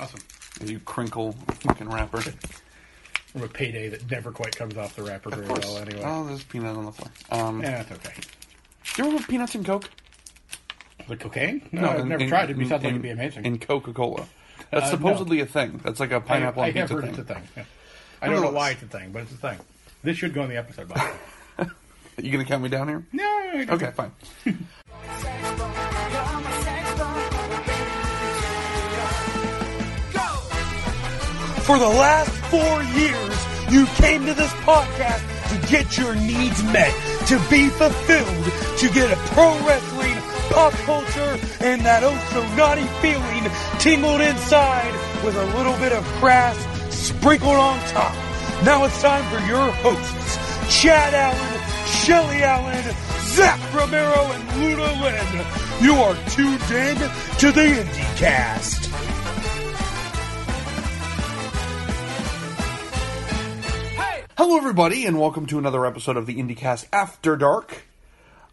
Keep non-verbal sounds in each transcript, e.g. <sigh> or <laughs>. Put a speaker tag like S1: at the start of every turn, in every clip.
S1: Awesome.
S2: You crinkle fucking wrapper.
S1: From a payday that never quite comes off the wrapper
S2: Of
S1: very
S2: course.
S1: well, anyway.
S2: Oh, there's peanut on the floor. Um,
S1: yeah, that's okay.
S2: Do you remember peanuts and Coke?
S1: The cocaine? No, I've
S2: in-
S1: never
S2: in-
S1: tried it. It
S2: in-
S1: sounds like
S2: in-
S1: it'd be amazing.
S2: In Coca Cola. That's
S1: Uh, no.
S2: supposedly a thing. That's like a
S1: I,
S2: pineapple
S1: I
S2: on
S1: have
S2: pizza
S1: heard
S2: thing.
S1: it's a thing. yeah. I don't know
S2: Nonetheless.
S1: why it's a thing, but it's a thing. This should go in the
S2: <laughs>
S1: episode box.
S2: You gonna count me down here?
S1: no, I don't-
S2: Okay, fine.
S3: For the last four years, you came to this podcast to get your needs met, to be fulfilled, to get a pro wrestling, pop culture, and that oh so naughty feeling tingled inside with a little bit of grass sprinkled on top. Now it's time for your hosts, Chad Allen, Shelly Allen, Zach Romero, and Luna Lynn. You are tuned in to the IndieCast.
S2: Hello, everybody, and welcome to another episode of the IndyCast After Dark.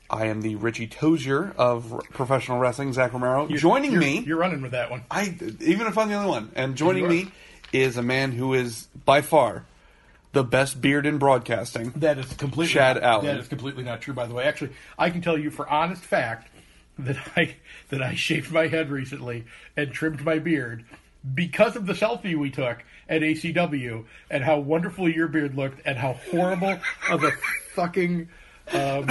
S2: I am the Richie Tozier of r- professional wrestling, Zach Romero. joining
S1: You're-
S2: me,
S1: You're running with that one.
S2: I even if I'm the only one, and joining
S1: You are.
S2: me is a man who is by far the best beard in broadcasting.
S1: That is completely
S2: Chad
S1: not,
S2: Allen.
S1: That is completely not true, by the way. Actually, I can tell you for honest fact that I that I shaved my head recently and trimmed my beard because of the selfie we took at ACW and how wonderful your beard looked and how horrible of a fucking um,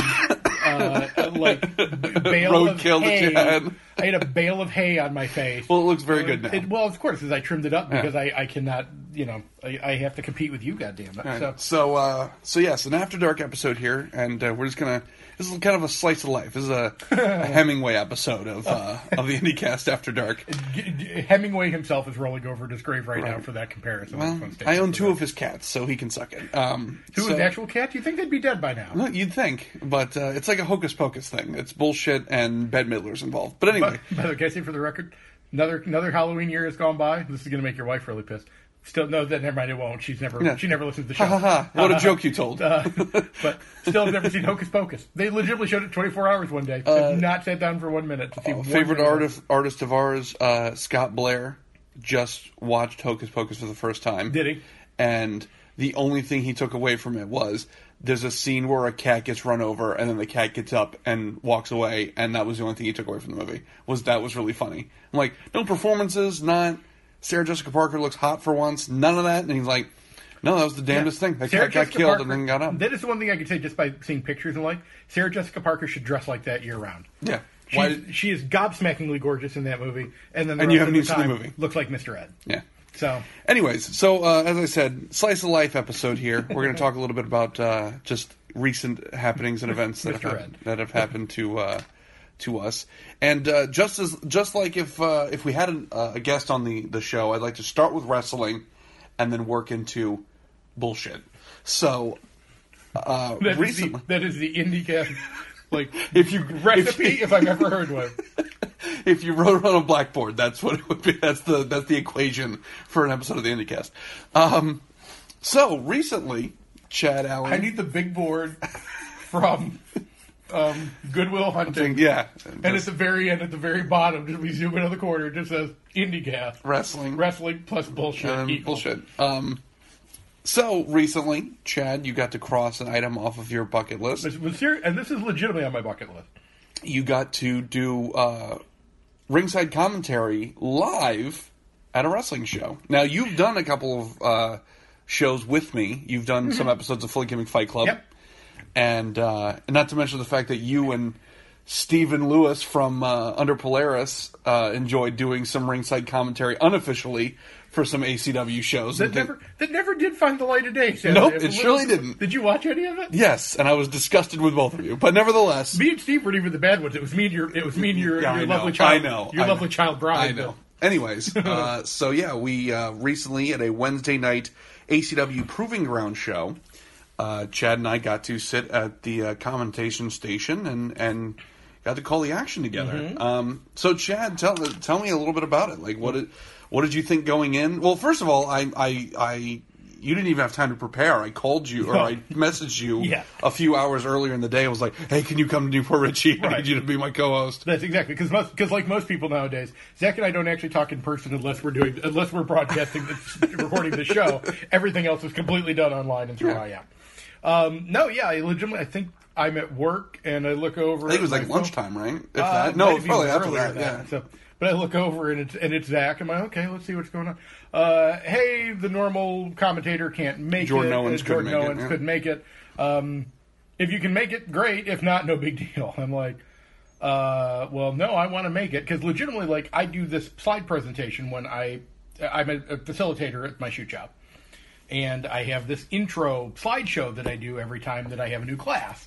S1: uh, like b- bale
S2: Roadkill
S1: of
S2: that you
S1: hay.
S2: had.
S1: I had a bale of hay on my face. Uh,
S2: Well, it looks very good now.
S1: It- well, of course, because I trimmed it up because I, I cannot, you know, I, I have to compete with you, goddamn it.
S2: All
S1: So,
S2: right. So, uh, so yes, an after dark episode here, and uh, we're just gonna. This is kind of a slice of life. This is a,
S1: <laughs>
S2: a Hemingway episode of uh, of the IndyCast After Dark.
S1: G- G- Hemingway himself is rolling over in his grave right, now
S2: Right.
S1: for that comparison.
S2: Well, I own two of his cats, so he can suck it. Um,
S1: Two
S2: so-
S1: of the actual cats? You think they'd be dead by now?
S2: Well, You'd think, but uh, it's like a hocus pocus thing. It's bullshit, and Bette Midler's involved. But anyway,
S1: But, <laughs> by the way, can I say for the record, another another Halloween year has gone by. This is going to make your wife really pissed. Still, no, that never mind. It won't. She's never.
S2: Yeah.
S1: She never listens to the show.
S2: ha ha ha! What
S1: <laughs>
S2: a joke you told.
S1: Uh,
S2: <laughs>
S1: but still, I've never seen Hocus Pocus. They legitimately showed it 24 hours one day. I've not sat down for one minute to see. one
S2: Uh, Favorite
S1: minute of it.
S2: artist artist of ours, uh, Scott Blair, just watched Hocus Pocus for the first time.
S1: Did he?
S2: And the only thing he took away from it was there's a scene where a cat gets run over, and then the cat gets up and walks away, and that was the only thing he took away from the movie. Was that was really funny? I'm like, no performances, not Sarah Jessica Parker looks hot for once, none of that. And he's like, no, that was the damnedest thing. That
S1: Sarah
S2: cat got
S1: Jessica
S2: killed
S1: Parker-
S2: and then got up.
S1: That is the one thing I can say just by seeing pictures and like Sarah Jessica Parker should dress like that year round.
S2: Yeah.
S1: She's,
S2: Why did-
S1: she is gobsmackingly gorgeous in that movie, and then
S2: And
S1: the rest
S2: you haven't
S1: of
S2: even seen the
S1: time
S2: movie.
S1: Looks like Mr. Ed.
S2: yeah.
S1: So
S2: Anyways, so uh, as I said, slice of life episode here. We're going to talk a little bit about uh, just recent happenings and events that have
S1: Mr.
S2: happened,
S1: Ed.
S2: that have happened to uh, to us. And uh, just as just like if uh, if we had an, uh, a guest on the the show, I'd like to start with wrestling and then work into bullshit. So uh,
S1: <laughs> that is
S2: recently,
S1: the, that is the IndieCast like
S2: if you
S1: recipe
S2: if,
S1: <laughs> if, I've ever heard one.
S2: if you wrote it on a blackboard, that's what it would be. That's the that's the equation for an episode of the IndyCast. Um, so recently, Chad Allen.
S1: <laughs> I need the big board from um, Goodwill Hunting.
S2: yeah,
S1: And at the very end, at the very bottom, just we zoom in on the corner, it just says IndieCast
S2: Wrestling.
S1: wrestling plus bullshit,
S2: Um,
S1: equals.
S2: bullshit. Um, so recently, Chad, you got to cross an item off of your bucket list.
S1: This was serious, and this is legitimately on my bucket list.
S2: You got to do uh, ringside commentary live at a wrestling show. Now you've done a couple of uh, shows with me. You've done some episodes of Fully Gimmick Fight Club,
S1: Mm-hmm. Yep.
S2: and uh, and not to mention the fact that you and Stephen Lewis from uh, Under Polaris uh, enjoyed doing some ringside commentary unofficially for some ACW shows.
S1: That
S2: and thi-
S1: never, that never did find the light of day. Sam.
S2: Nope, it surely
S1: was-
S2: didn't.
S1: Did you watch any of it?
S2: Yes, and I was disgusted with both of you, but nevertheless,
S1: Me and Steve weren't even the bad ones. It was me and your. It was me and your,
S2: Yeah, I
S1: your
S2: know.
S1: lovely child.
S2: I know.
S1: Your
S2: I
S1: lovely
S2: know.
S1: child
S2: I
S1: bride.
S2: know.
S1: <laughs>
S2: Anyways, uh, so yeah, we uh, recently at a Wednesday night ACW Proving Ground show, uh, Chad and I got to sit at the uh, commentation station and and got to call the action together.
S1: Mm-hmm.
S2: Um, so Chad, tell tell me a little bit about it. Like what did what did you think going in? Well, first of all, I I, I you didn't even have time to prepare. I called you or
S1: No. <laughs>
S2: I messaged you
S1: Yeah.
S2: a few hours earlier in the day. I was like, hey, can you come to Newport Richie? I
S1: Right.
S2: need you to be my co-host.
S1: That's exactly because because like most people nowadays, Zach and I don't actually talk in person unless we're doing unless we're broadcasting the, <laughs> recording the show. Everything else is completely done online and through
S2: Yeah.
S1: IM. Um, no, yeah, I legitimately, I think I'm at work and I look over.
S2: I think it was like lunchtime, right? If
S1: Uh,
S2: that, no, it's probably after that. Yeah.
S1: So, but I look over and it's and it's Zach. I'm like, okay, let's see what's going on. Uh, hey, the normal commentator can't make
S2: Jordan
S1: it.
S2: Owens
S1: Uh,
S2: couldn't
S1: Jordan
S2: make it,
S1: Owens
S2: yeah.
S1: couldn't make it. Um, if you can make it, great. If not, no big <laughs> deal. I'm like, uh, well, no, I want to make it because legitimately, like, I do this slide presentation when I I'm a, a facilitator at my shoot job, and I have this intro slideshow that I do every time that I have a new class.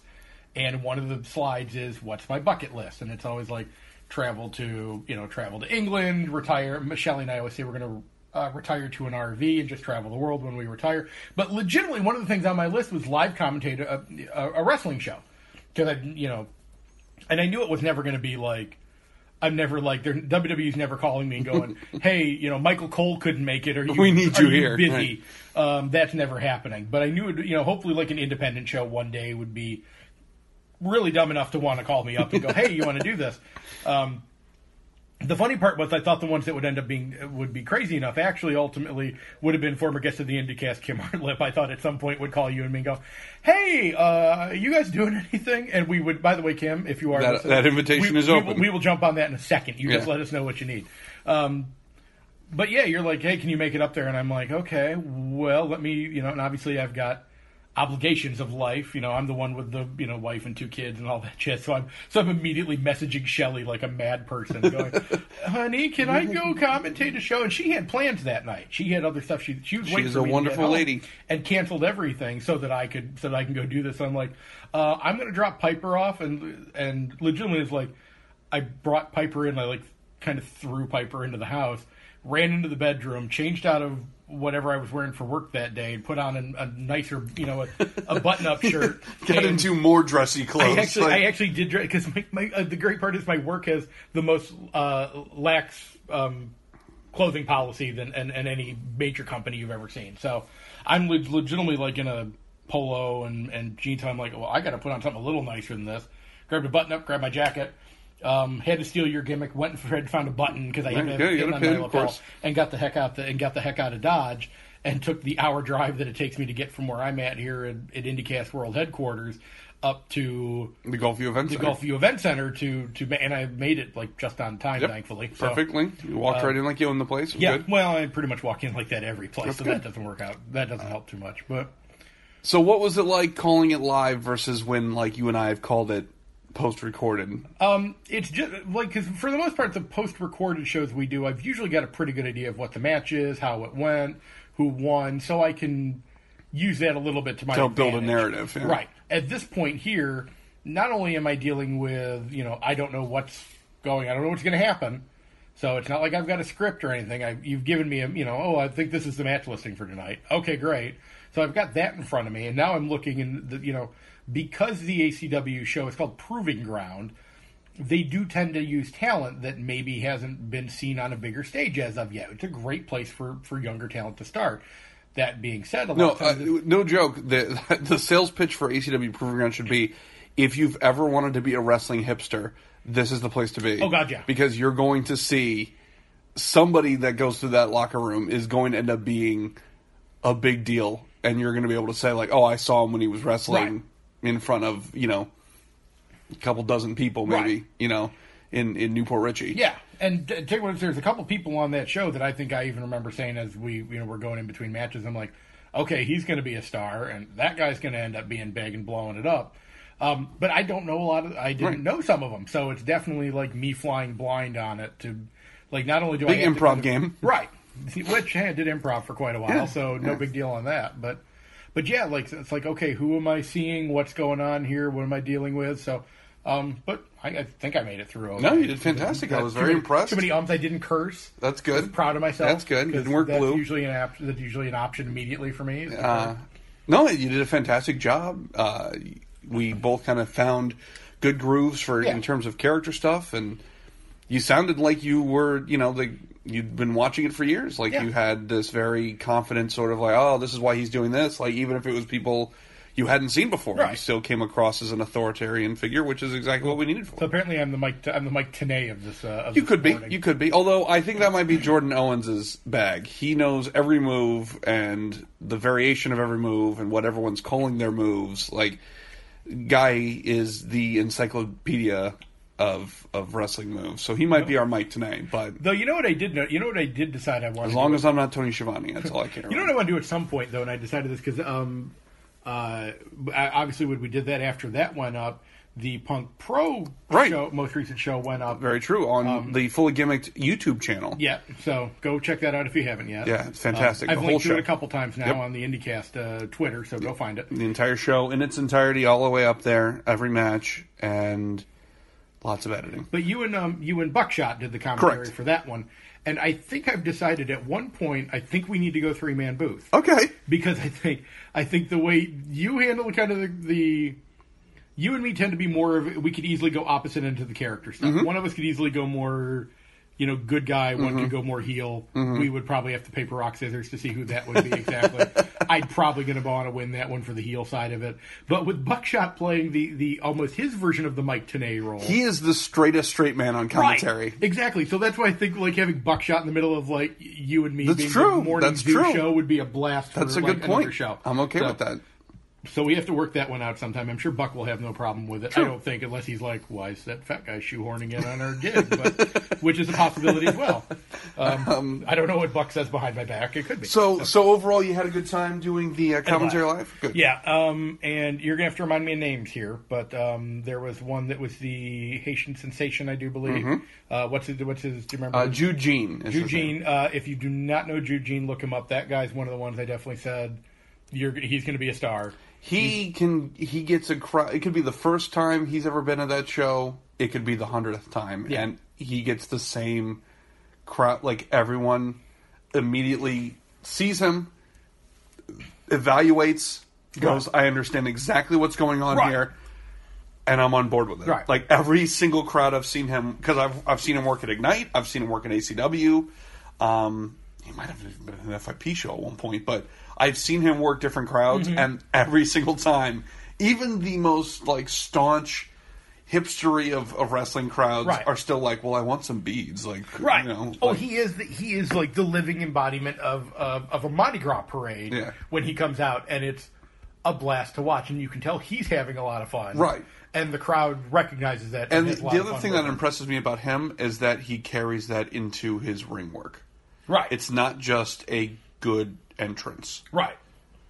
S1: And one of the slides is what's my bucket list, and it's always like travel to you know travel to England, retire. Michelle and I always say we're going to uh, retire to an RV and just travel the world when we retire. But legitimately, one of the things on my list was live commentator a, a, a wrestling show because I you know and I knew it was never going to be like I'm never like they're, WWE's never calling me
S2: <laughs>
S1: and going, "Hey, you know, Michael Cole couldn't make it, or you,
S2: We need
S1: are
S2: you here."
S1: Busy, um, that's never happening. But I knew, it, you know, hopefully, like an independent show one day would be really dumb enough to want to call me up and go, "Hey, you want to do this?" Um, the funny part was I thought the ones that would end up being would be crazy enough actually ultimately would have been former guest of the IndyCast Kim Hartlip. I thought at some point would call you and me and go, "Hey, uh, you guys doing anything?" And we would. By the way, Kim, if you are
S2: That-
S1: listening,
S2: that invitation
S1: we-
S2: is
S1: we will-
S2: open.
S1: We will jump on that in a second. You just
S2: Yeah.
S1: let us know what you need. Um, but yeah, you're like, hey, can you make it up there? And I'm like, okay, well, let me, you know, and obviously I've got obligations of life. You know, I'm the one with the, you know, wife and two kids and all that shit. So I'm, so I'm immediately messaging Shelly like a mad person, going, <laughs> honey, can I go commentate a show? And she had plans that night. She had other stuff. She she was waiting
S2: is
S1: for
S2: a
S1: me to get
S2: wonderful
S1: home
S2: lady.
S1: and canceled everything so that I could so that I can go do this. I'm like, uh, I'm going to drop Piper off, and and legitimately it's like, I brought Piper in, I like kind of threw Piper into the house, ran into the bedroom, changed out of whatever I was wearing for work that day, and put on a, a nicer, you know, a, a
S2: <laughs>
S1: button-up shirt.
S2: Got
S1: and-
S2: into more dressy
S1: I
S2: clothes.
S1: actually,
S2: like-
S1: I actually did because my, my, uh, the great part is my work has the most uh, lax um, clothing policy than and, and any major company you've ever seen. So I'm leg- legitimately like in a polo and and jeans. I'm like, well, I got to put on something a little nicer than this. Grabbed a button up, grabbed my jacket. Um, had to steal your gimmick. Went and <laughs> tried to find a button because I had to
S2: Right,
S1: have
S2: yeah,
S1: a
S2: you
S1: pin
S2: got a
S1: on
S2: pin,
S1: my
S2: of
S1: lapel
S2: course.
S1: and got the heck out the and got the heck out of Dodge and took the hour drive that it takes me to get from where I'm at here at, at IndyCast World headquarters up to
S2: the Gulfview event.
S1: the
S2: center.
S1: Gulfview Event Center to to ma- and I made it like just on time,
S2: Yep.
S1: thankfully. So, Uh,
S2: Perfectly. You walked right in like you own the place.
S1: Yeah.
S2: Good.
S1: Well, I pretty much walk in like that every place, so that
S2: good.
S1: doesn't work out. That doesn't help too much, but.
S2: So what was it like calling it live versus when like you and I have called it post recorded?
S1: Um, it's just like because for the most part, the post-recorded shows we do, I've usually got a pretty good idea of what the match is, how it went, who won, so I can use that a little bit to my
S2: To help build a
S1: advantage.
S2: narrative, yeah.
S1: Right at this point here, not only am I dealing with you know I don't know what's going, I don't know what's going to happen, so it's not like I've got a script or anything. I, you've given me a you know oh I think this is the match listing for tonight. Okay, great. So I've got that in front of me, and now I'm looking in the you know because the ACW show is called Proving Ground they do tend to use talent that maybe hasn't been seen on a bigger stage as of yet. It's a great place for, for younger talent to start. That being said, a lot
S2: No,
S1: of
S2: uh,
S1: times it's-
S2: no joke. The <laughs> the sales pitch for ACW Proving Ground should be: if you've ever wanted to be a wrestling hipster, this is the place to be.
S1: Oh, God, yeah.
S2: Because you're going to see somebody that goes through that locker room is going to end up being a big deal, and you're going to be able to say like, "Oh, I saw him when he was wrestling in front of you know a couple dozen people, maybe
S1: Right.
S2: you know." In, in Newport Richie,
S1: yeah. And t- take one. There's a couple people on that show that I think I even remember saying as we you know we're going in between matches. I'm like, okay, he's going to be a star, and that guy's going to end up being big and blowing it up. Um, but I don't know a lot of. I didn't
S2: Right.
S1: know some of them, so it's definitely like me flying blind on it. To like, not only do I
S2: Big
S1: have to-
S2: improv game.
S1: <laughs> right? Which hey, I did improv for quite a while, so no big deal on that. But but yeah, like it's like okay, who am I seeing? What's going on here? What am I dealing with? So, um, but I, I think I made it through. okay.
S2: No, you did fantastic. I
S1: Got
S2: was
S1: too
S2: very
S1: many-
S2: impressed.
S1: Too many ums. I didn't curse.
S2: That's good.
S1: I was proud of myself.
S2: That's good. You
S1: 'cause
S2: didn't work
S1: that's
S2: blue.
S1: Usually an op- that's usually an option immediately for me. is to
S2: Uh,
S1: curse.
S2: no, you did a fantastic job. Uh, we both kind of found good grooves for
S1: Yeah.
S2: in terms of character stuff, and you sounded like you were, you know, like you'd been watching it for years. Like
S1: Yeah.
S2: you had this very confident sort of like, oh, this is why he's doing this. Like even if it was people you hadn't seen before, you
S1: Right.
S2: still came across as an authoritarian figure, which is exactly what we needed for.
S1: So
S2: it.
S1: apparently, I'm the Mike. I'm the Mike Tenay of this. Uh, of
S2: You
S1: this
S2: could be.
S1: morning.
S2: You could be. Although I think that might be Jordan Owens' bag. He knows every move and the variation of every move and what everyone's calling their moves. Like, guy is the encyclopedia of of wrestling moves. So he might be our Mike tonight. But
S1: Though you know what I did know. You know what I did decide I wanted.
S2: as long as I'm not Tony Schiavone, that's all I care.
S1: You
S2: about.
S1: know what I want to do at some point though, and I decided this because um, uh, I- obviously when we did that after that went up, the Punk Pro
S2: Right.
S1: show, most recent show went up.
S2: Very true on the fully gimmicked YouTube channel.
S1: Um, Yeah, so go check that out if you haven't yet.
S2: Yeah, it's fantastic.
S1: Um, I've
S2: The
S1: linked
S2: whole
S1: to it a
S2: show.
S1: couple times now
S2: Yep.
S1: on the IndyCast uh, Twitter, so go find it.
S2: the entire show in its entirety, all the way up there, every match, and lots of editing.
S1: But you and um, you and Buckshot did the commentary
S2: Correct.
S1: for that one, and I think I've decided at one point I think we need to go three man booth.
S2: Okay.
S1: because I think I think the way you handle kind of the, the you and me tend to be more of we could easily go opposite end of the character stuff. One of us could easily go more you know good guy, one could go more heel. We would probably have to paper rock scissors to see who that would be exactly. I'd probably going to want to win that one for the heel side of it. But with Buckshot playing the the almost his version of the Mike Tenay role.
S2: He is the straightest straight man on commentary.
S1: Right. Exactly. So that's why I think like having Buckshot in the middle of like you and me
S2: That's
S1: being
S2: true.
S1: the morning
S2: That's
S1: zoo
S2: true.
S1: show would be a blast.
S2: That's
S1: for,
S2: a
S1: like,
S2: good
S1: another
S2: point.
S1: Show.
S2: I'm okay
S1: So-
S2: with that.
S1: So we have to work that one out sometime. I'm sure Buck will have no problem with it. I don't think unless he's like, why is that fat guy shoehorning in on our gig?
S2: <laughs>
S1: But, which is a possibility as well. Um, I don't know what Buck says behind my back. It could be.
S2: So, so overall, you had a good time doing the uh, commentary
S1: live.
S2: live. Good.
S1: Yeah, um, and you're gonna have to remind me of names here, but um, there was one that was the Haitian sensation, I do believe. Uh, what's his? What's his? Do you remember?
S2: Mm-hmm. Uh,
S1: his-
S2: Eugene. Is his name.
S1: Eugene, uh, if you do not know Eugene, look him up. That guy's one of the ones I definitely said you're, he's going to be a star.
S2: He can. He gets a. Cry, it could be the first time he's ever been at that show. It could be the hundredth time,
S1: Yeah.
S2: and he gets the same crowd. Like everyone immediately sees him, evaluates, goes, "I understand exactly what's going on
S1: Right.
S2: here." and I'm on board with it.
S1: Right.
S2: Like every single crowd I've seen him because I've I've seen him work at Ignite, I've seen him work at ACW. Um, he might have even been at an FIP show at one point, but I've seen him work different crowds,
S1: Mm-hmm.
S2: and every single time, even the most like staunch hipstery of, of wrestling crowds
S1: Right.
S2: are still like, well, I want some beads, like You know,
S1: oh,
S2: like-
S1: he is the, he is like the living embodiment of of, of a Mardi Gras parade
S2: Yeah.
S1: when he comes out, and it's a blast to watch, and you can tell he's having a lot of fun.
S2: Right.
S1: And the crowd recognizes that.
S2: And
S1: has a
S2: the
S1: lot of
S2: other
S1: fun
S2: thing
S1: with
S2: that
S1: it.
S2: impresses me about him is that he carries that into his ring work.
S1: Right.
S2: It's not just a good entrance.
S1: right.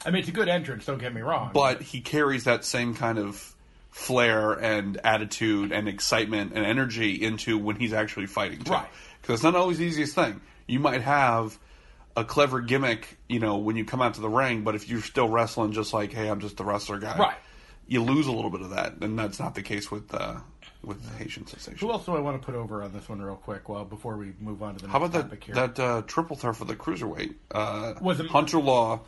S1: I mean, it's a good entrance. Don't get me wrong.
S2: but he carries that same kind of flair and attitude and excitement and energy into when he's actually fighting too.
S1: Right.
S2: Because it's not always the easiest thing. You might have a clever gimmick, you know, when you come out to the ring, but if you're still wrestling, just like, hey, I'm just the wrestler guy,
S1: Right.
S2: You lose a little bit of that, and that's not the case with uh, with the Haitian sensation.
S1: who else do I want to put over on this one real quick? Well, before we move on to the next
S2: How about
S1: topic
S2: that
S1: here.
S2: that uh, triple threat for the cruiserweight? Uh,
S1: Was it-
S2: Hunter Law,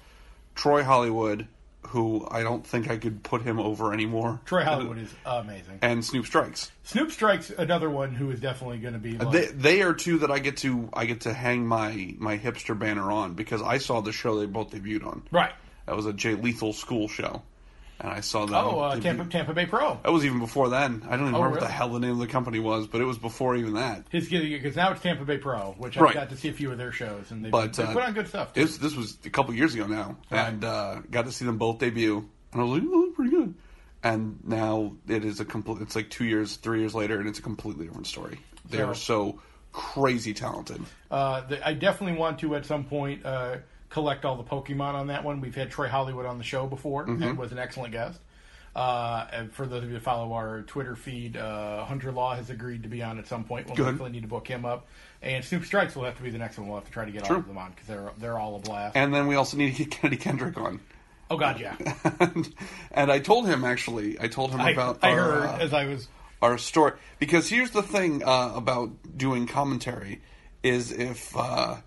S2: Troy Hollywood, who I don't think I could put him over anymore.
S1: Troy Hollywood is amazing.
S2: and Snoop Strikes.
S1: Snoop Strike's another one who is definitely going to be like,
S2: They, they are two that I get to I get to hang my my hipster banner on because I saw the show they both debuted on.
S1: right.
S2: That was a Jay Lethal school show, and I saw them.
S1: Oh, uh,
S2: debut-
S1: Tampa, Tampa Bay Pro.
S2: That was even before then. I don't even remember what the
S1: really?
S2: hell the name of the company was, but it was before even that.
S1: His because now it's Tampa Bay Pro, which
S2: Right.
S1: I got to see a few of their shows, and they,
S2: But
S1: they
S2: uh,
S1: put on good stuff. Too.
S2: This, this was a couple years ago now,
S1: Right.
S2: and uh, got to see them both debut, and I was like, oh, pretty good. And now it is a complete. It's like two years, three years later, and it's a completely different story. They
S1: So-
S2: are so crazy talented.
S1: Uh, the, I definitely want to at some point uh, collect all the Pokemon on that one. We've had Troy Hollywood on the show before, and was an excellent guest. Uh, and for those of you that follow our Twitter feed, uh, Hunter Law has agreed to be on at some point. We'll
S2: Good.
S1: definitely need to book him up. And Snoop Strikes will have to be the next one. We'll have to try to get all of them on because they're they're all a blast.
S2: And then we also need to get <laughs> Kennedy Kendrick on.
S1: oh God, yeah.
S2: and, and I told him actually, I told him
S1: I,
S2: about
S1: I
S2: our,
S1: heard
S2: uh,
S1: as I was
S2: our story because here's the thing uh, about doing commentary is if uh,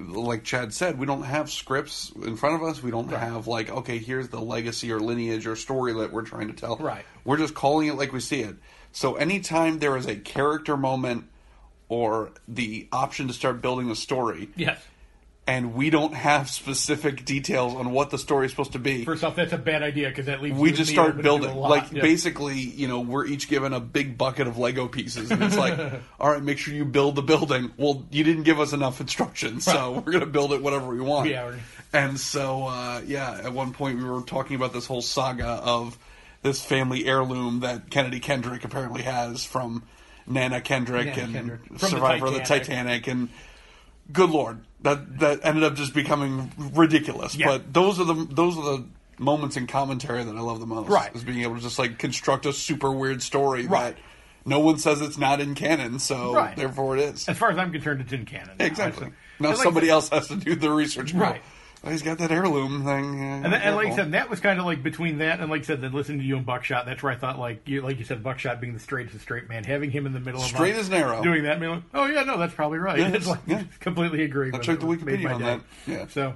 S2: like Chad said, we don't have scripts in front of us. We don't have like okay, here's the legacy or lineage or story that we're trying to tell.
S1: Right.
S2: We're just calling it like we see it. So anytime there is a character moment or the option to start building a story,
S1: Yes.
S2: and we don't have specific details on what the story is supposed to be.
S1: First off, that's a bad idea because that leaves
S2: we
S1: you
S2: just
S1: and me
S2: start
S1: open to do
S2: building.
S1: a lot.
S2: Like
S1: Yeah.
S2: basically, you know, we're each given a big bucket of Lego pieces, and it's
S1: <laughs>
S2: like, all right, make sure you build the building. Well, you didn't give us enough instructions, so we're gonna build it whatever we want.
S1: Yeah, we're-
S2: And so, uh, yeah, at one point we were talking about this whole saga of this family heirloom that Kennedy Kendrick apparently has from Nana Kendrick
S1: Nana
S2: and
S1: Kendrick. From the
S2: Survivor of the
S1: Titanic.
S2: Titanic and good lord that that ended up just becoming ridiculous
S1: Yeah.
S2: but those are the those are the moments in commentary that i love the most
S1: Right.
S2: is being able to just like construct a super weird story
S1: Right.
S2: that no one says it's not in canon so
S1: Right.
S2: therefore it is
S1: as far as I'm concerned, it's in canon. now.
S2: exactly
S1: It's-
S2: now
S1: and like-
S2: somebody else has to do the research Well,
S1: Right.
S2: well, he's got that heirloom thing yeah,
S1: And, that, and like I
S2: careful.
S1: said, that was kind of like between that and like I said, then listening to you and Buckshot. That's where I thought like you, like you said, Buckshot being the straightest of straight man, having him in the middle of
S2: Straight
S1: my-
S2: as an arrow.
S1: doing that. being like, oh yeah, no, that's probably right.
S2: Yeah,
S1: it's <laughs> like
S2: yeah.
S1: completely agree. with
S2: checked
S1: it.
S2: the
S1: It made
S2: Wikipedia
S1: my
S2: on
S1: day.
S2: that. Yeah.
S1: So,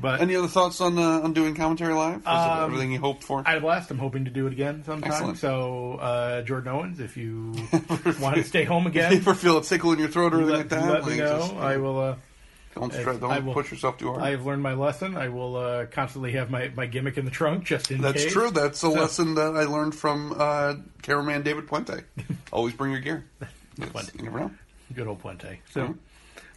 S1: but
S2: any other thoughts on uh, on doing commentary live Is it
S1: Um,
S2: everything you hoped for
S1: I had a blast. I'm hoping to do it again sometime.
S2: Excellent.
S1: So, uh, Jordan Owens,
S2: <laughs>
S1: if you want to stay home
S2: if <laughs> you <laughs>
S1: again,
S2: ever feel a tickle in your throat or anything
S1: let,
S2: like that
S1: let me
S2: like,
S1: know.
S2: just,
S1: I will. Uh,
S2: don't,
S1: I-
S2: stre- don't
S1: I will-
S2: push yourself too hard
S1: I have learned my lesson. I will uh, constantly have my, my gimmick in the trunk just in
S2: That's
S1: case.
S2: true. That's a lesson that I learned from uh, cameraman David Puente. Always bring your
S1: <laughs>
S2: gear. That's- You never know.
S1: Good old Puente. So,
S2: Mhm.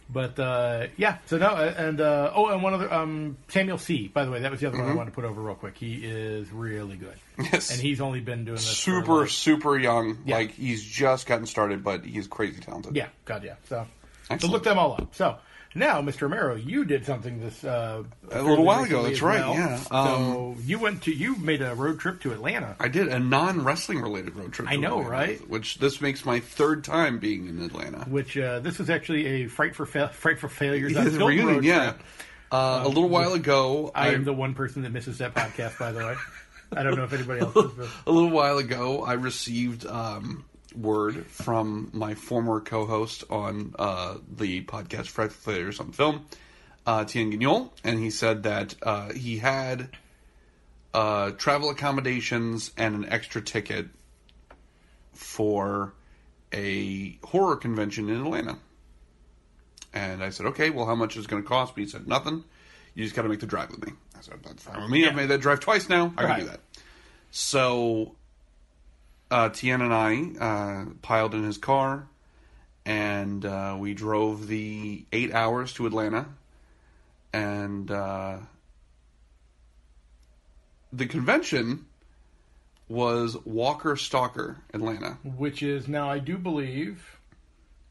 S1: but uh, yeah. So no, uh, and uh, oh, and one other um, Samuel C. By the way, that was the other one I wanted to put over real quick. He is really good.
S2: Mm-hmm. Yes.
S1: and he's only been doing this for,
S2: Super,
S1: like-
S2: super young.
S1: Yeah.
S2: Like he's just gotten started, but he's crazy talented.
S1: Yeah, God, yeah. So, so
S2: Excellent.
S1: look them all up. So now, Mr. Romero, you did something this uh,
S2: A little while
S1: fairly
S2: ago,
S1: recently
S2: that's
S1: as
S2: right,
S1: well.
S2: yeah. Um,
S1: so you went to you made a road trip to Atlanta.
S2: I did a non wrestling related road trip.
S1: I
S2: to
S1: know,
S2: Atlanta,
S1: right?
S2: Which this makes my third time being in Atlanta.
S1: Which uh, this is actually a fright for fa- fright for failures
S2: <laughs>
S1: on
S2: His
S1: film
S2: reunion,
S1: road
S2: yeah.
S1: trip. Um,
S2: Uh, a little while ago,
S1: I am the one person that misses that podcast, by the way. I don't know if anybody else. Does, but
S2: a little while ago, I received um, word from my former co-host on uh, the podcast Fred Failures on Film, uh, Tien Guignol, and he said that uh, he had uh, travel accommodations and an extra ticket for a horror convention in Atlanta. And I said, okay, well, how much is it going to cost? But he said, nothing. You just got to make the drive with me. I said, that's fine with me. I've made that drive twice now. I can do
S1: Right.
S2: that. So, uh, Tien and I uh, piled in his car and uh, we drove the eight hours to Atlanta. And uh, the convention was Walker Stalker, Atlanta.
S1: which is now, I do believe,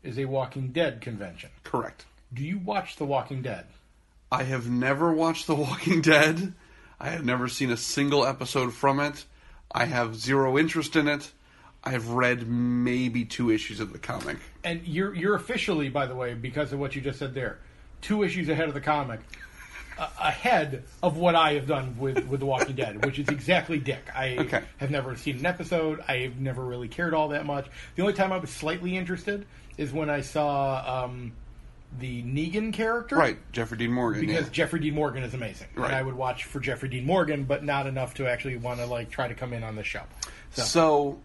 S1: is a Walking Dead convention.
S2: Correct.
S1: Do you watch The Walking Dead?
S2: I have never watched The Walking Dead. I have never seen a single episode from it. I have zero interest in it. I've read maybe two issues of the comic.
S1: And you're you're officially, by the way, because of what you just said there, two issues ahead of the comic, uh, ahead of what I have done with with The Walking Dead, which is exactly Dick. I
S2: Okay.
S1: have never seen an episode. I've never really cared all that much. The only time I was slightly interested is when I saw um, the Negan character,
S2: Right, Jeffrey Dean Morgan.
S1: Because
S2: yeah.
S1: Jeffrey Dean Morgan is amazing,
S2: Right.
S1: and I would watch for Jeffrey Dean Morgan, but not enough to actually want to like try to come in on the show. So,
S2: So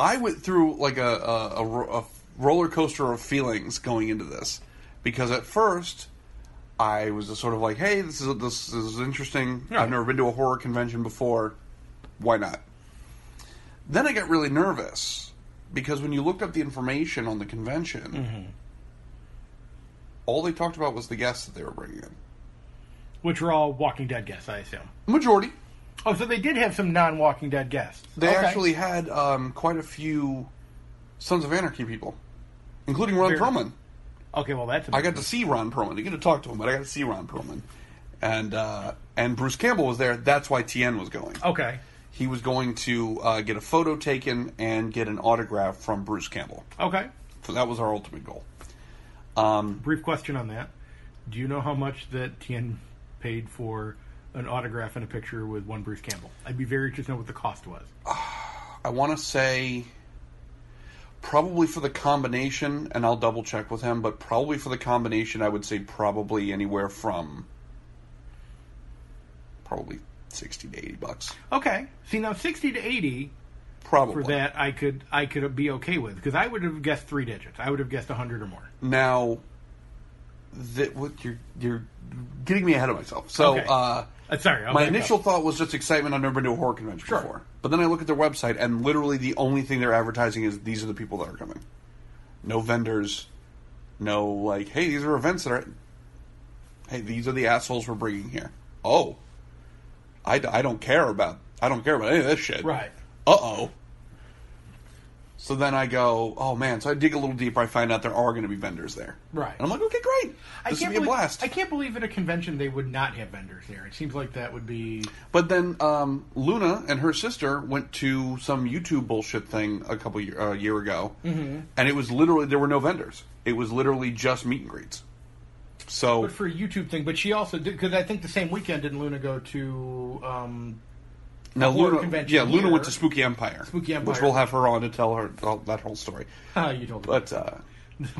S2: I went through like a, a, a ro- a roller coaster of feelings going into this because at first I was just sort of like, "Hey, this is this is interesting. I've never been to a horror convention before. Why not?" Then I got really nervous because when you looked up the information on the convention, all they talked about was the guests that they were bringing in.
S1: which were all Walking Dead guests, I assume.
S2: Majority,
S1: Oh, so they did have some non-Walking Dead guests.
S2: They
S1: Okay.
S2: actually had um, quite a few Sons of Anarchy people, including Ron
S1: Very-
S2: Perlman.
S1: Okay, well that's.
S2: I got to see Ron Perlman. I didn't get to talk to him, but I got to see Ron Perlman, and uh, and Bruce Campbell was there. That's why TN was going.
S1: Okay.
S2: He was going to uh, get a photo taken and get an autograph from Bruce Campbell.
S1: Okay.
S2: So that was our ultimate goal.
S1: Brief question on that. Do you know how much that Tien paid for an autograph and a picture with one Bruce Campbell? I'd be very interested to know what the cost was.
S2: I want to say probably for the combination, and I'll double check with him, but probably for the combination, I would say probably anywhere from probably 60 to 80 bucks.
S1: Okay. See now, sixty to eighty
S2: Probably.
S1: for that I could I could be okay with because I would have guessed three digits. I would have guessed hundred or more.
S2: Now, that what you're you're getting me ahead of myself. So,
S1: Okay.
S2: uh,
S1: Uh, sorry, I'll
S2: my
S1: back
S2: initial
S1: up.
S2: thought was just excitement. I've never been to a horror convention
S1: Sure.
S2: before, but then I look at their website, and literally the only thing they're advertising is these are the people that are coming. No vendors, no like, hey, these are events that are. Hey, these are the assholes we're bringing here. Oh, I, I don't care about I don't care about any of this shit.
S1: Right.
S2: Uh oh. So then I go, oh man. So I dig a little deeper. I find out there are going to be vendors there.
S1: Right.
S2: And I'm like, okay, great.
S1: I
S2: This
S1: can't
S2: will be a
S1: believe,
S2: blast.
S1: I can't believe at a convention they would not have vendors there. It seems like that would be
S2: But then um, Luna and her sister went to some YouTube bullshit thing a couple year, uh, year ago,
S1: Mm-hmm.
S2: and it was literally there were no vendors. It was literally just meet and greets. So
S1: good for a YouTube thing. But she also did because I think the same weekend didn't Luna go to um, <laughs>
S2: now
S1: horror
S2: Luna,
S1: convention
S2: yeah, Luna
S1: here-
S2: went to Spooky Empire,
S1: Spooky
S2: which
S1: Empire.
S2: we'll have her on to tell her all, that whole story.
S1: Ah, you told me.
S2: But
S1: <laughs>
S2: uh,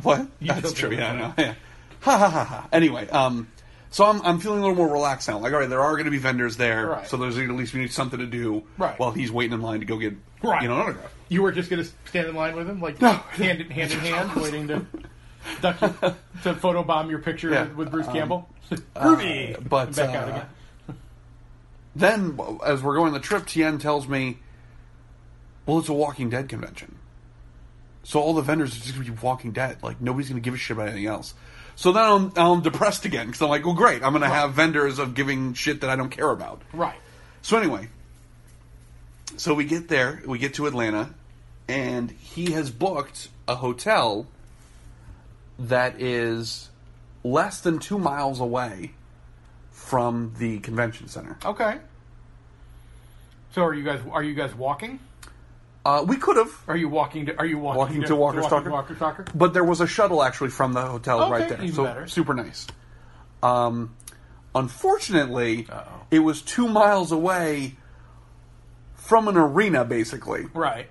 S2: what?
S1: You
S2: That's
S1: don't
S2: true.
S1: think
S2: Yeah, I know.
S1: about
S2: Yeah. Ha ha ha ha. Anyway, um, so I'm I'm feeling a little more relaxed now. Like, all right, there are going to be vendors there,
S1: Right.
S2: so there's at least we need something to do
S1: Right.
S2: while he's waiting in line to go get
S1: Right.
S2: you know an autograph.
S1: you were just going to stand in line with him, like
S2: No.
S1: hand in hand
S2: <laughs>
S1: in hand, waiting to duck you, to photobomb your picture
S2: Yeah.
S1: with Bruce Campbell. <laughs> Groovy,
S2: but,
S1: And back out
S2: uh,
S1: again.
S2: Then, as we're going on the trip, Tien tells me, "Well, it's a Walking Dead convention, so all the vendors are just going to be Walking Dead. Like nobody's going to give a shit about anything else." So then I'm, I'm depressed again because I'm like, "Well, great, I'm going to have vendors of giving shit that I don't care about."
S1: Right.
S2: So anyway, so we get there, we get to Atlanta, and he has booked a hotel that is less than two miles away from the convention center.
S1: Okay. So are you guys are you guys walking?
S2: Uh, we could have,
S1: Are you walking to are you walking,
S2: Walking to Walker Stalker?
S1: Walker Stalker?
S2: but there was a shuttle actually from the hotel
S1: Okay,
S2: right there,
S1: even
S2: so
S1: better.
S2: super nice. Um, unfortunately, it was two miles away from an arena, basically.
S1: Right.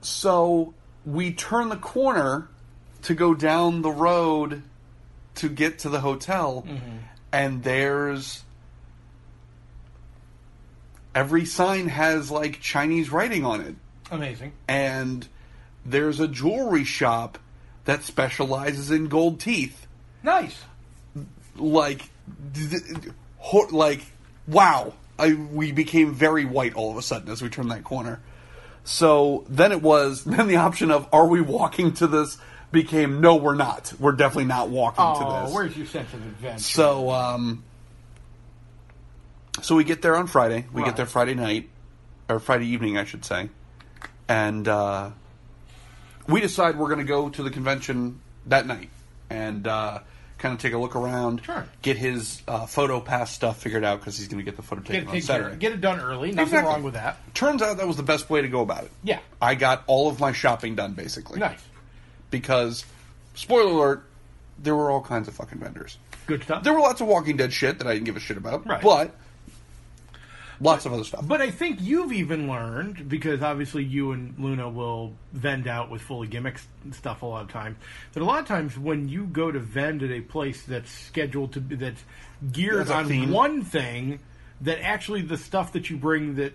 S2: So we turn the corner to go down the road to get to the hotel, and there's every sign has like Chinese writing on it,
S1: Amazing.
S2: and there's a jewelry shop that specializes in gold teeth.
S1: Nice.
S2: Like, d- d- ho- like, wow! I we became very white all of a sudden as we turned that corner. So then it was <laughs> then the option of are we walking to this became no we're not we're definitely not walking to
S1: Oh,
S2: this.
S1: where's your sense of adventure?
S2: So um so we get there on Friday. We get
S1: Right.
S2: there Friday night or Friday evening I should say. And uh we decide we're going to go to the convention that night and uh kind of take a look around,
S1: Sure.
S2: get his uh, photo pass stuff figured out because he's going to get the photo taken
S1: get
S2: on
S1: it, taken care
S2: Saturday.
S1: of. Get it done early. Nothing
S2: Exactly.
S1: wrong with that.
S2: Turns out that was the best way to go about it.
S1: Yeah.
S2: I got all of my shopping done basically.
S1: Nice.
S2: Because, spoiler alert, there were all kinds of fucking vendors.
S1: Good stuff.
S2: There were lots of Walking Dead shit that I didn't give a shit about,
S1: Right.
S2: but lots of other stuff.
S1: But I think you've even learned because obviously you and Luna will vend out with fully gimmicks and stuff a lot of times. That a lot of times when you go to vend at a place that's scheduled to be that's geared
S2: There's a
S1: on
S2: theme.
S1: one thing, that actually the stuff that you bring that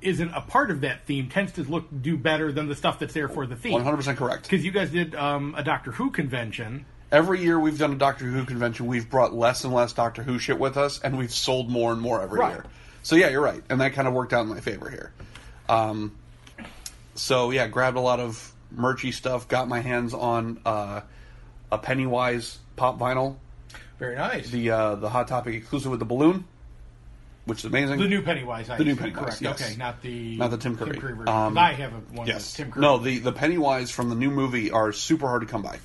S1: isn't a part of that theme tends to look do better than the stuff that's there for the theme.
S2: One hundred percent correct.
S1: Because you guys did um, a Doctor Who convention.
S2: Every year we've done a Doctor Who convention, we've brought less and less Doctor Who shit with us, and we've sold more and more every
S1: Right.
S2: year. So yeah, you're right, and that kind of worked out in my favor here. Um, so yeah, grabbed a lot of merchy stuff, got my hands on uh, a Pennywise pop vinyl,
S1: Very nice. The,
S2: the uh, the Hot Topic exclusive with the balloon, which is amazing.
S1: new Pennywise. I
S2: The new
S1: assume,
S2: Pennywise,
S1: Correct.
S2: yes.
S1: Okay, not the
S2: Not the Tim Curry.
S1: version.
S2: Um,
S1: I have a one.
S2: Yes.
S1: Yes. Tim Curry.
S2: no, the the Pennywise from the new movie are super hard to come by,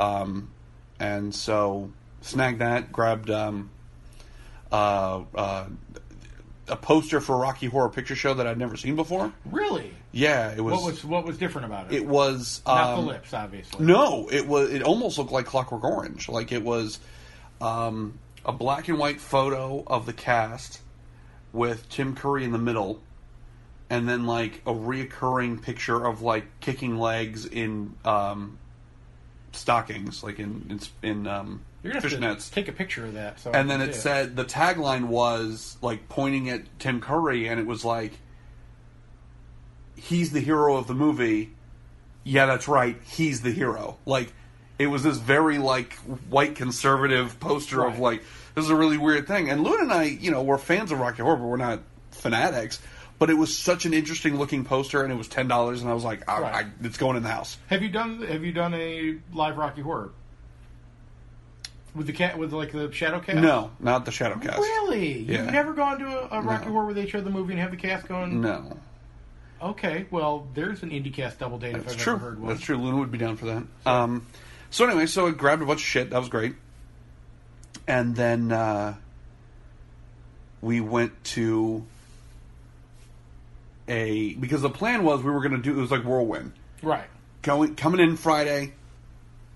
S2: um, and so snagged that. Grabbed um, uh, uh, a poster for Rocky Horror Picture Show that I'd never seen before.
S1: Really?
S2: Yeah, it was.
S1: What was what was different about it?
S2: it was um,
S1: Not the lips, obviously.
S2: No, it was. It almost looked like Clockwork Orange. Like it was um, a black and white photo of the cast with Tim Curry in the middle, and then like a reoccurring picture of like kicking legs in um, stockings, like in in, in um,
S1: You're gonna have to
S2: fishnets.
S1: take a picture of that. So I
S2: and then
S1: can
S2: it
S1: see
S2: said the tagline was like pointing at Tim Curry, and it was like he's the hero of the movie. Yeah, that's right. He's the hero. Like it was this very like white conservative poster of
S1: Right.
S2: like this is a really weird thing. And Lou and I, you know, we're fans of Rocky Horror, but we're not fanatics. But it was such an interesting looking poster, and it was ten dollars, and I was like, I,
S1: Right.
S2: I, it's going in the house.
S1: Have you done Have you done a live Rocky Horror with the cat with like the shadow cast?
S2: No, not the Shadowcast.
S1: really.
S2: Yeah.
S1: You've never gone to a, a Rocky
S2: No.
S1: Horror where they show the movie and have the cast going.
S2: No,
S1: Okay, well, there's an IndieCast double date
S2: Mm. that's
S1: if I've
S2: true.
S1: ever heard one.
S2: That's true. Luna would be down for that. Um, so anyway, so I grabbed a bunch of shit. That was great. And then uh, we went to a because the plan was we were going to do it was like whirlwind
S1: Right.
S2: going coming in Friday,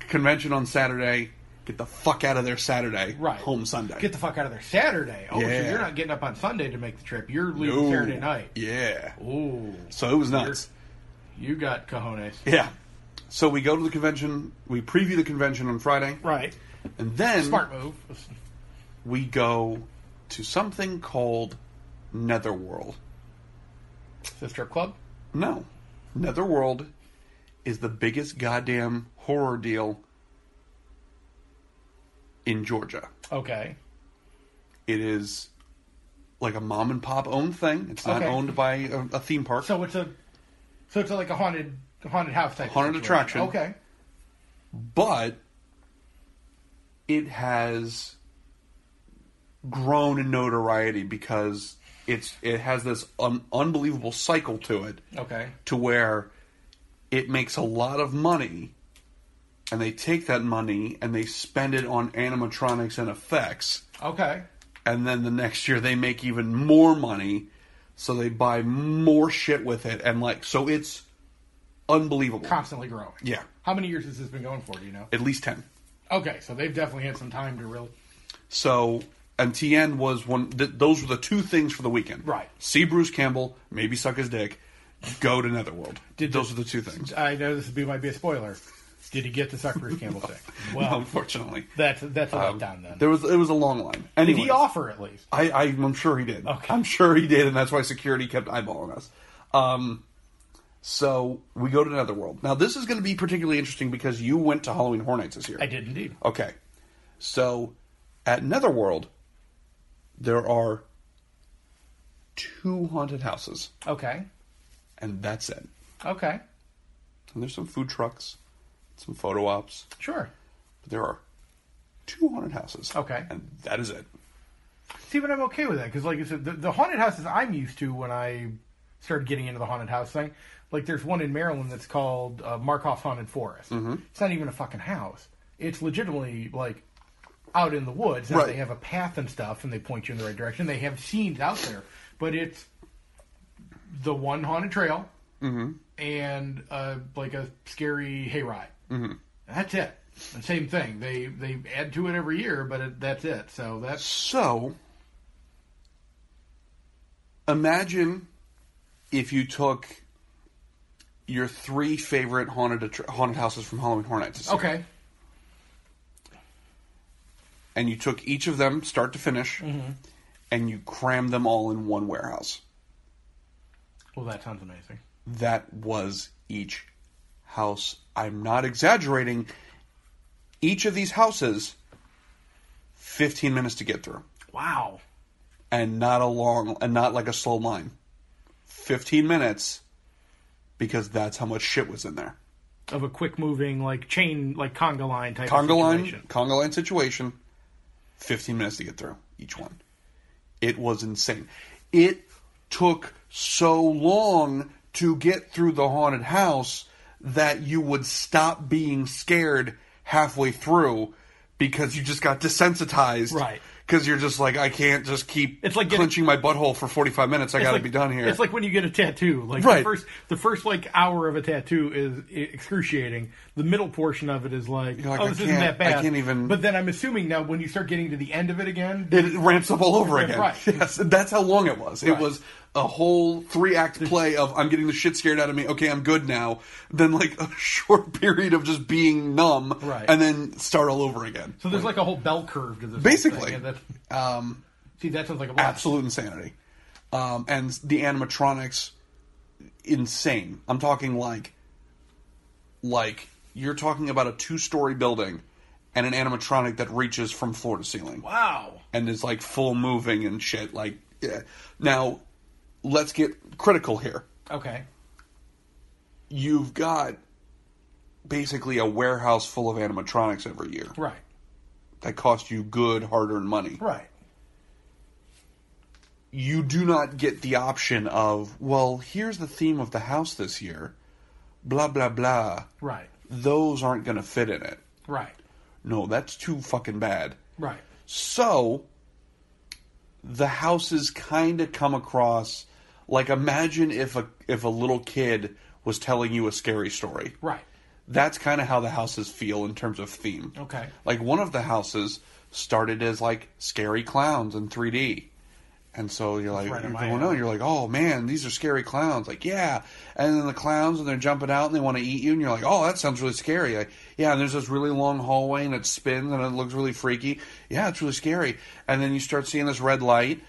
S2: convention on Saturday. Get the fuck out of there Saturday.
S1: Right.
S2: Home Sunday.
S1: Get the fuck out of there Saturday. Oh, so
S2: Yeah.
S1: you're not getting up on Sunday to make the trip. You're leaving
S2: No.
S1: Saturday night.
S2: Yeah.
S1: Ooh.
S2: So it was nuts.
S1: You got cojones.
S2: Yeah. So we go to the convention. We preview the convention on Friday,
S1: Right.
S2: and then
S1: Smart move.
S2: we go to something called Netherworld.
S1: It's a strip club.
S2: No, Netherworld is the biggest goddamn horror deal in Georgia.
S1: Okay.
S2: It is like a mom and pop owned thing. It's not
S1: Okay.
S2: owned by a, a theme park.
S1: So it's a, so it's like a haunted, haunted house type. of
S2: Haunted
S1: situation.
S2: attraction.
S1: Okay.
S2: but it has grown in notoriety because it's it has this un- unbelievable cycle to it
S1: Okay.
S2: to where it makes a lot of money and they take that money and they spend it on animatronics and effects
S1: Okay.
S2: and then the next year they make even more money so they buy more shit with it and like so it's unbelievable
S1: Constantly growing.
S2: Yeah.
S1: How many years has this been going for? Do you know?
S2: at least 10
S1: Okay, so they've definitely had some time to really.
S2: So, and TN was one. Th- those were the two things for the weekend.
S1: Right.
S2: See Bruce Campbell, maybe suck his dick, go to Netherworld.
S1: Did
S2: those
S1: the-
S2: are the two things?
S1: I know this would be, might be a spoiler. Did he get the sucker Bruce
S2: <laughs>
S1: Campbell stick? Well,
S2: Unfortunately,
S1: that's that's a letdown then.
S2: Um, there was it was a long line.
S1: Did
S2: Anyway,
S1: he offer at least?
S2: I, I I'm sure he did.
S1: Okay.
S2: I'm sure he did, and that's why security kept eyeballing us. Um, so we go to Netherworld. Now this is going to be particularly interesting because you went to Halloween Horror Nights this year.
S1: I did indeed.
S2: Okay. So at Netherworld, there are two haunted houses,
S1: Okay.
S2: and that's it.
S1: Okay.
S2: And there's some food trucks, some photo ops,
S1: Sure.
S2: but there are two haunted houses.
S1: Okay.
S2: And that is it.
S1: See, but I'm okay with that because, like I said, the, the haunted houses I'm used to when I started getting into the haunted house thing. Like, there's one in Maryland that's called uh, Markov's Haunted Forest. It's not even a fucking house. It's legitimately like out in the woods, and
S2: Right.
S1: they have a path and stuff, and they point you in the right direction. They have scenes out there, but it's the one haunted trail and uh, like a scary hayride. Mm-hmm. That's it. And same thing. They they add to it every year, but it, that's it. So that's
S2: So imagine if you took your three favorite haunted attr- haunted houses from Halloween Horror Nights this year,
S1: Okay.
S2: and you took each of them start to finish, and you crammed them all in one warehouse.
S1: Well, that sounds amazing.
S2: that was each house. I'm not exaggerating. Each of these houses, 15 minutes to get through,
S1: Wow.
S2: and not a long, and not like a slow line. 15 minutes, because that's how much shit was in there.
S1: Of a quick moving like chain like conga line type
S2: Conga
S1: of
S2: line,
S1: situation.
S2: conga line situation. 15 minutes to get through each one. It was insane. It took so long to get through the haunted house that you would stop being scared halfway through because you just got desensitized.
S1: Right.
S2: Because you're just like, I can't just keep
S1: It's like getting-
S2: clenching my butthole for 45 minutes. I got to
S1: like,
S2: be done here.
S1: It's like when you get a tattoo. Like the
S2: Right.
S1: first the first like hour of a tattoo is i- excruciating. The middle portion of it is like,
S2: like,
S1: oh
S2: I
S1: this isn't
S2: can't-
S1: that bad.
S2: I can't even-
S1: But then I'm assuming now when you start getting to the end of it again,
S2: it ramps up all over again.
S1: Right.
S2: <laughs> Yes, that's how long it was. It
S1: Right.
S2: was a whole three act play of I'm getting the shit scared out of me. Okay, I'm good now. Then like a <laughs> short period of just being numb,
S1: Right.
S2: and then start all over again.
S1: so there's like a whole bell curve to this. whole thing,
S2: Basically,
S1: and that,
S2: um,
S1: see, that sounds like a blast.
S2: absolute insanity. Um, and the animatronics insane. I'm talking like like you're talking about a two story building and an animatronic that reaches from floor to ceiling
S1: Wow.
S2: and is like full moving and shit. Like yeah. now, let's get critical here.
S1: Okay.
S2: You've got basically a warehouse full of animatronics every year
S1: Right.
S2: that cost you good hard earned money.
S1: Right.
S2: you do not get the option of, well, here's the theme of the house this year, blah, blah, blah.
S1: Right.
S2: Those aren't going to fit in it.
S1: Right.
S2: No, that's too fucking bad.
S1: Right.
S2: So, the houses kind of come across like imagine if a if a little kid was telling you a scary story.
S1: Right.
S2: That's kind of how the houses feel in terms of theme.
S1: Okay.
S2: Like one of the houses started as like scary clowns in 3D. And so you're like,
S1: right up
S2: you're
S1: my
S2: going
S1: alley.
S2: on, you're like, oh man, these are scary clowns. Like, yeah. And then the clowns and they're jumping out and they want to eat you. And you're like, oh, that sounds really scary. Like, yeah. And there's this really long hallway and it spins and it looks really freaky. Yeah, it's really scary. And then you start seeing this red light.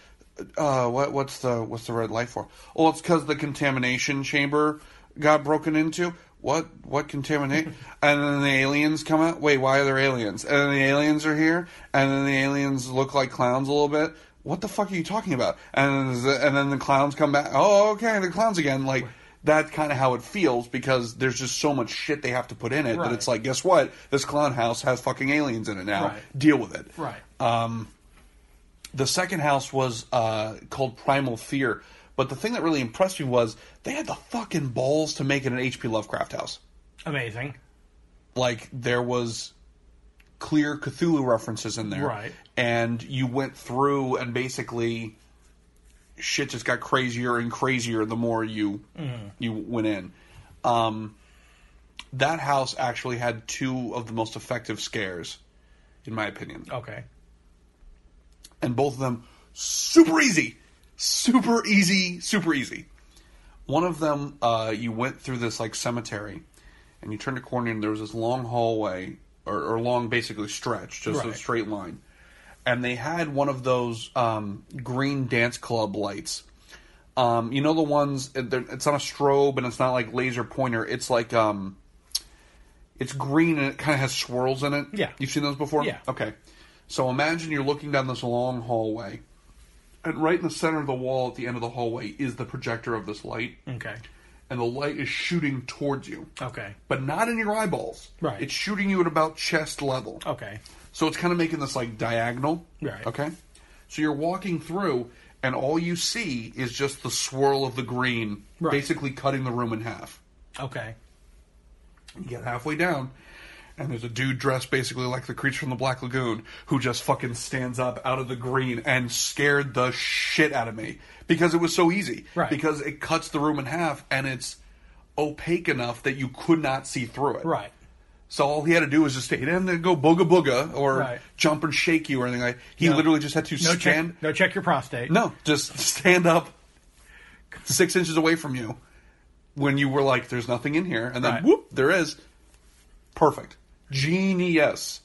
S2: Uh, what what's the what's the red light for? Oh, it's because the contamination chamber got broken into. What what
S1: <laughs>
S2: contaminate? and then the aliens come out. Wait, why are there aliens? And then the aliens are here. And then the aliens look like clowns a little bit. What the fuck are you talking about? And then the, and then the clowns come back. Oh, okay, the clowns again. Like that's kind of how it feels because there's just so much shit they have to put in it
S1: Right.
S2: that it's like, guess what? This clown house has fucking aliens in it now.
S1: Right.
S2: Deal with it.
S1: Right.
S2: Uh, The second house was uh, called Primal Fear, but the thing that really impressed me was they had the fucking balls to make it an H.P. Lovecraft house.
S1: Amazing.
S2: Like there was clear Cthulhu references in there,
S1: Right.
S2: And you went through and basically shit just got crazier and crazier the more you you went in. Um, that house actually had two of the most effective scares, in my opinion
S1: Okay.
S2: and both of them super easy, super easy, super easy. One of them, uh, you went through this like cemetery, and you turned a corner, and there was this long hallway or, or long, basically stretch, just a
S1: Right.
S2: straight line. And they had one of those um, green dance club lights. Um, you know the ones? they're- It's not a strobe, and it's not like laser pointer. It's like um, it's green and it kind of has swirls in it.
S1: Yeah.
S2: you've seen those before.
S1: Yeah.
S2: Okay. So imagine you're looking down this long hallway, and right in the center of the wall at the end of the hallway is the projector of this light,
S1: Okay.
S2: and the light is shooting towards you,
S1: Okay.
S2: but not in your eyeballs.
S1: Oh. Right.
S2: It's shooting you at about chest level.
S1: Okay.
S2: So it's kind of making this like diagonal.
S1: Right.
S2: Okay. So you're walking through, and all you see is just the swirl of the green,
S1: Right.
S2: basically cutting the room in half.
S1: Okay.
S2: You get halfway down, and there's a dude dressed basically like the creature from the Black Lagoon who just fucking stands up out of the green and scared the shit out of me because it was so easy.
S1: Right.
S2: Because it cuts the room in half and it's opaque enough that you could not see through it.
S1: Right.
S2: So all he had to do was just he didn't have to go booga booga or
S1: Right.
S2: jump and shake you or anything like. He literally just had to
S1: No
S2: stand.
S1: check. No check your prostate.
S2: No, just stand up six inches away from you when you were like, there's nothing in here. And then,
S1: Right.
S2: whoop, there is. Perfect. Genius.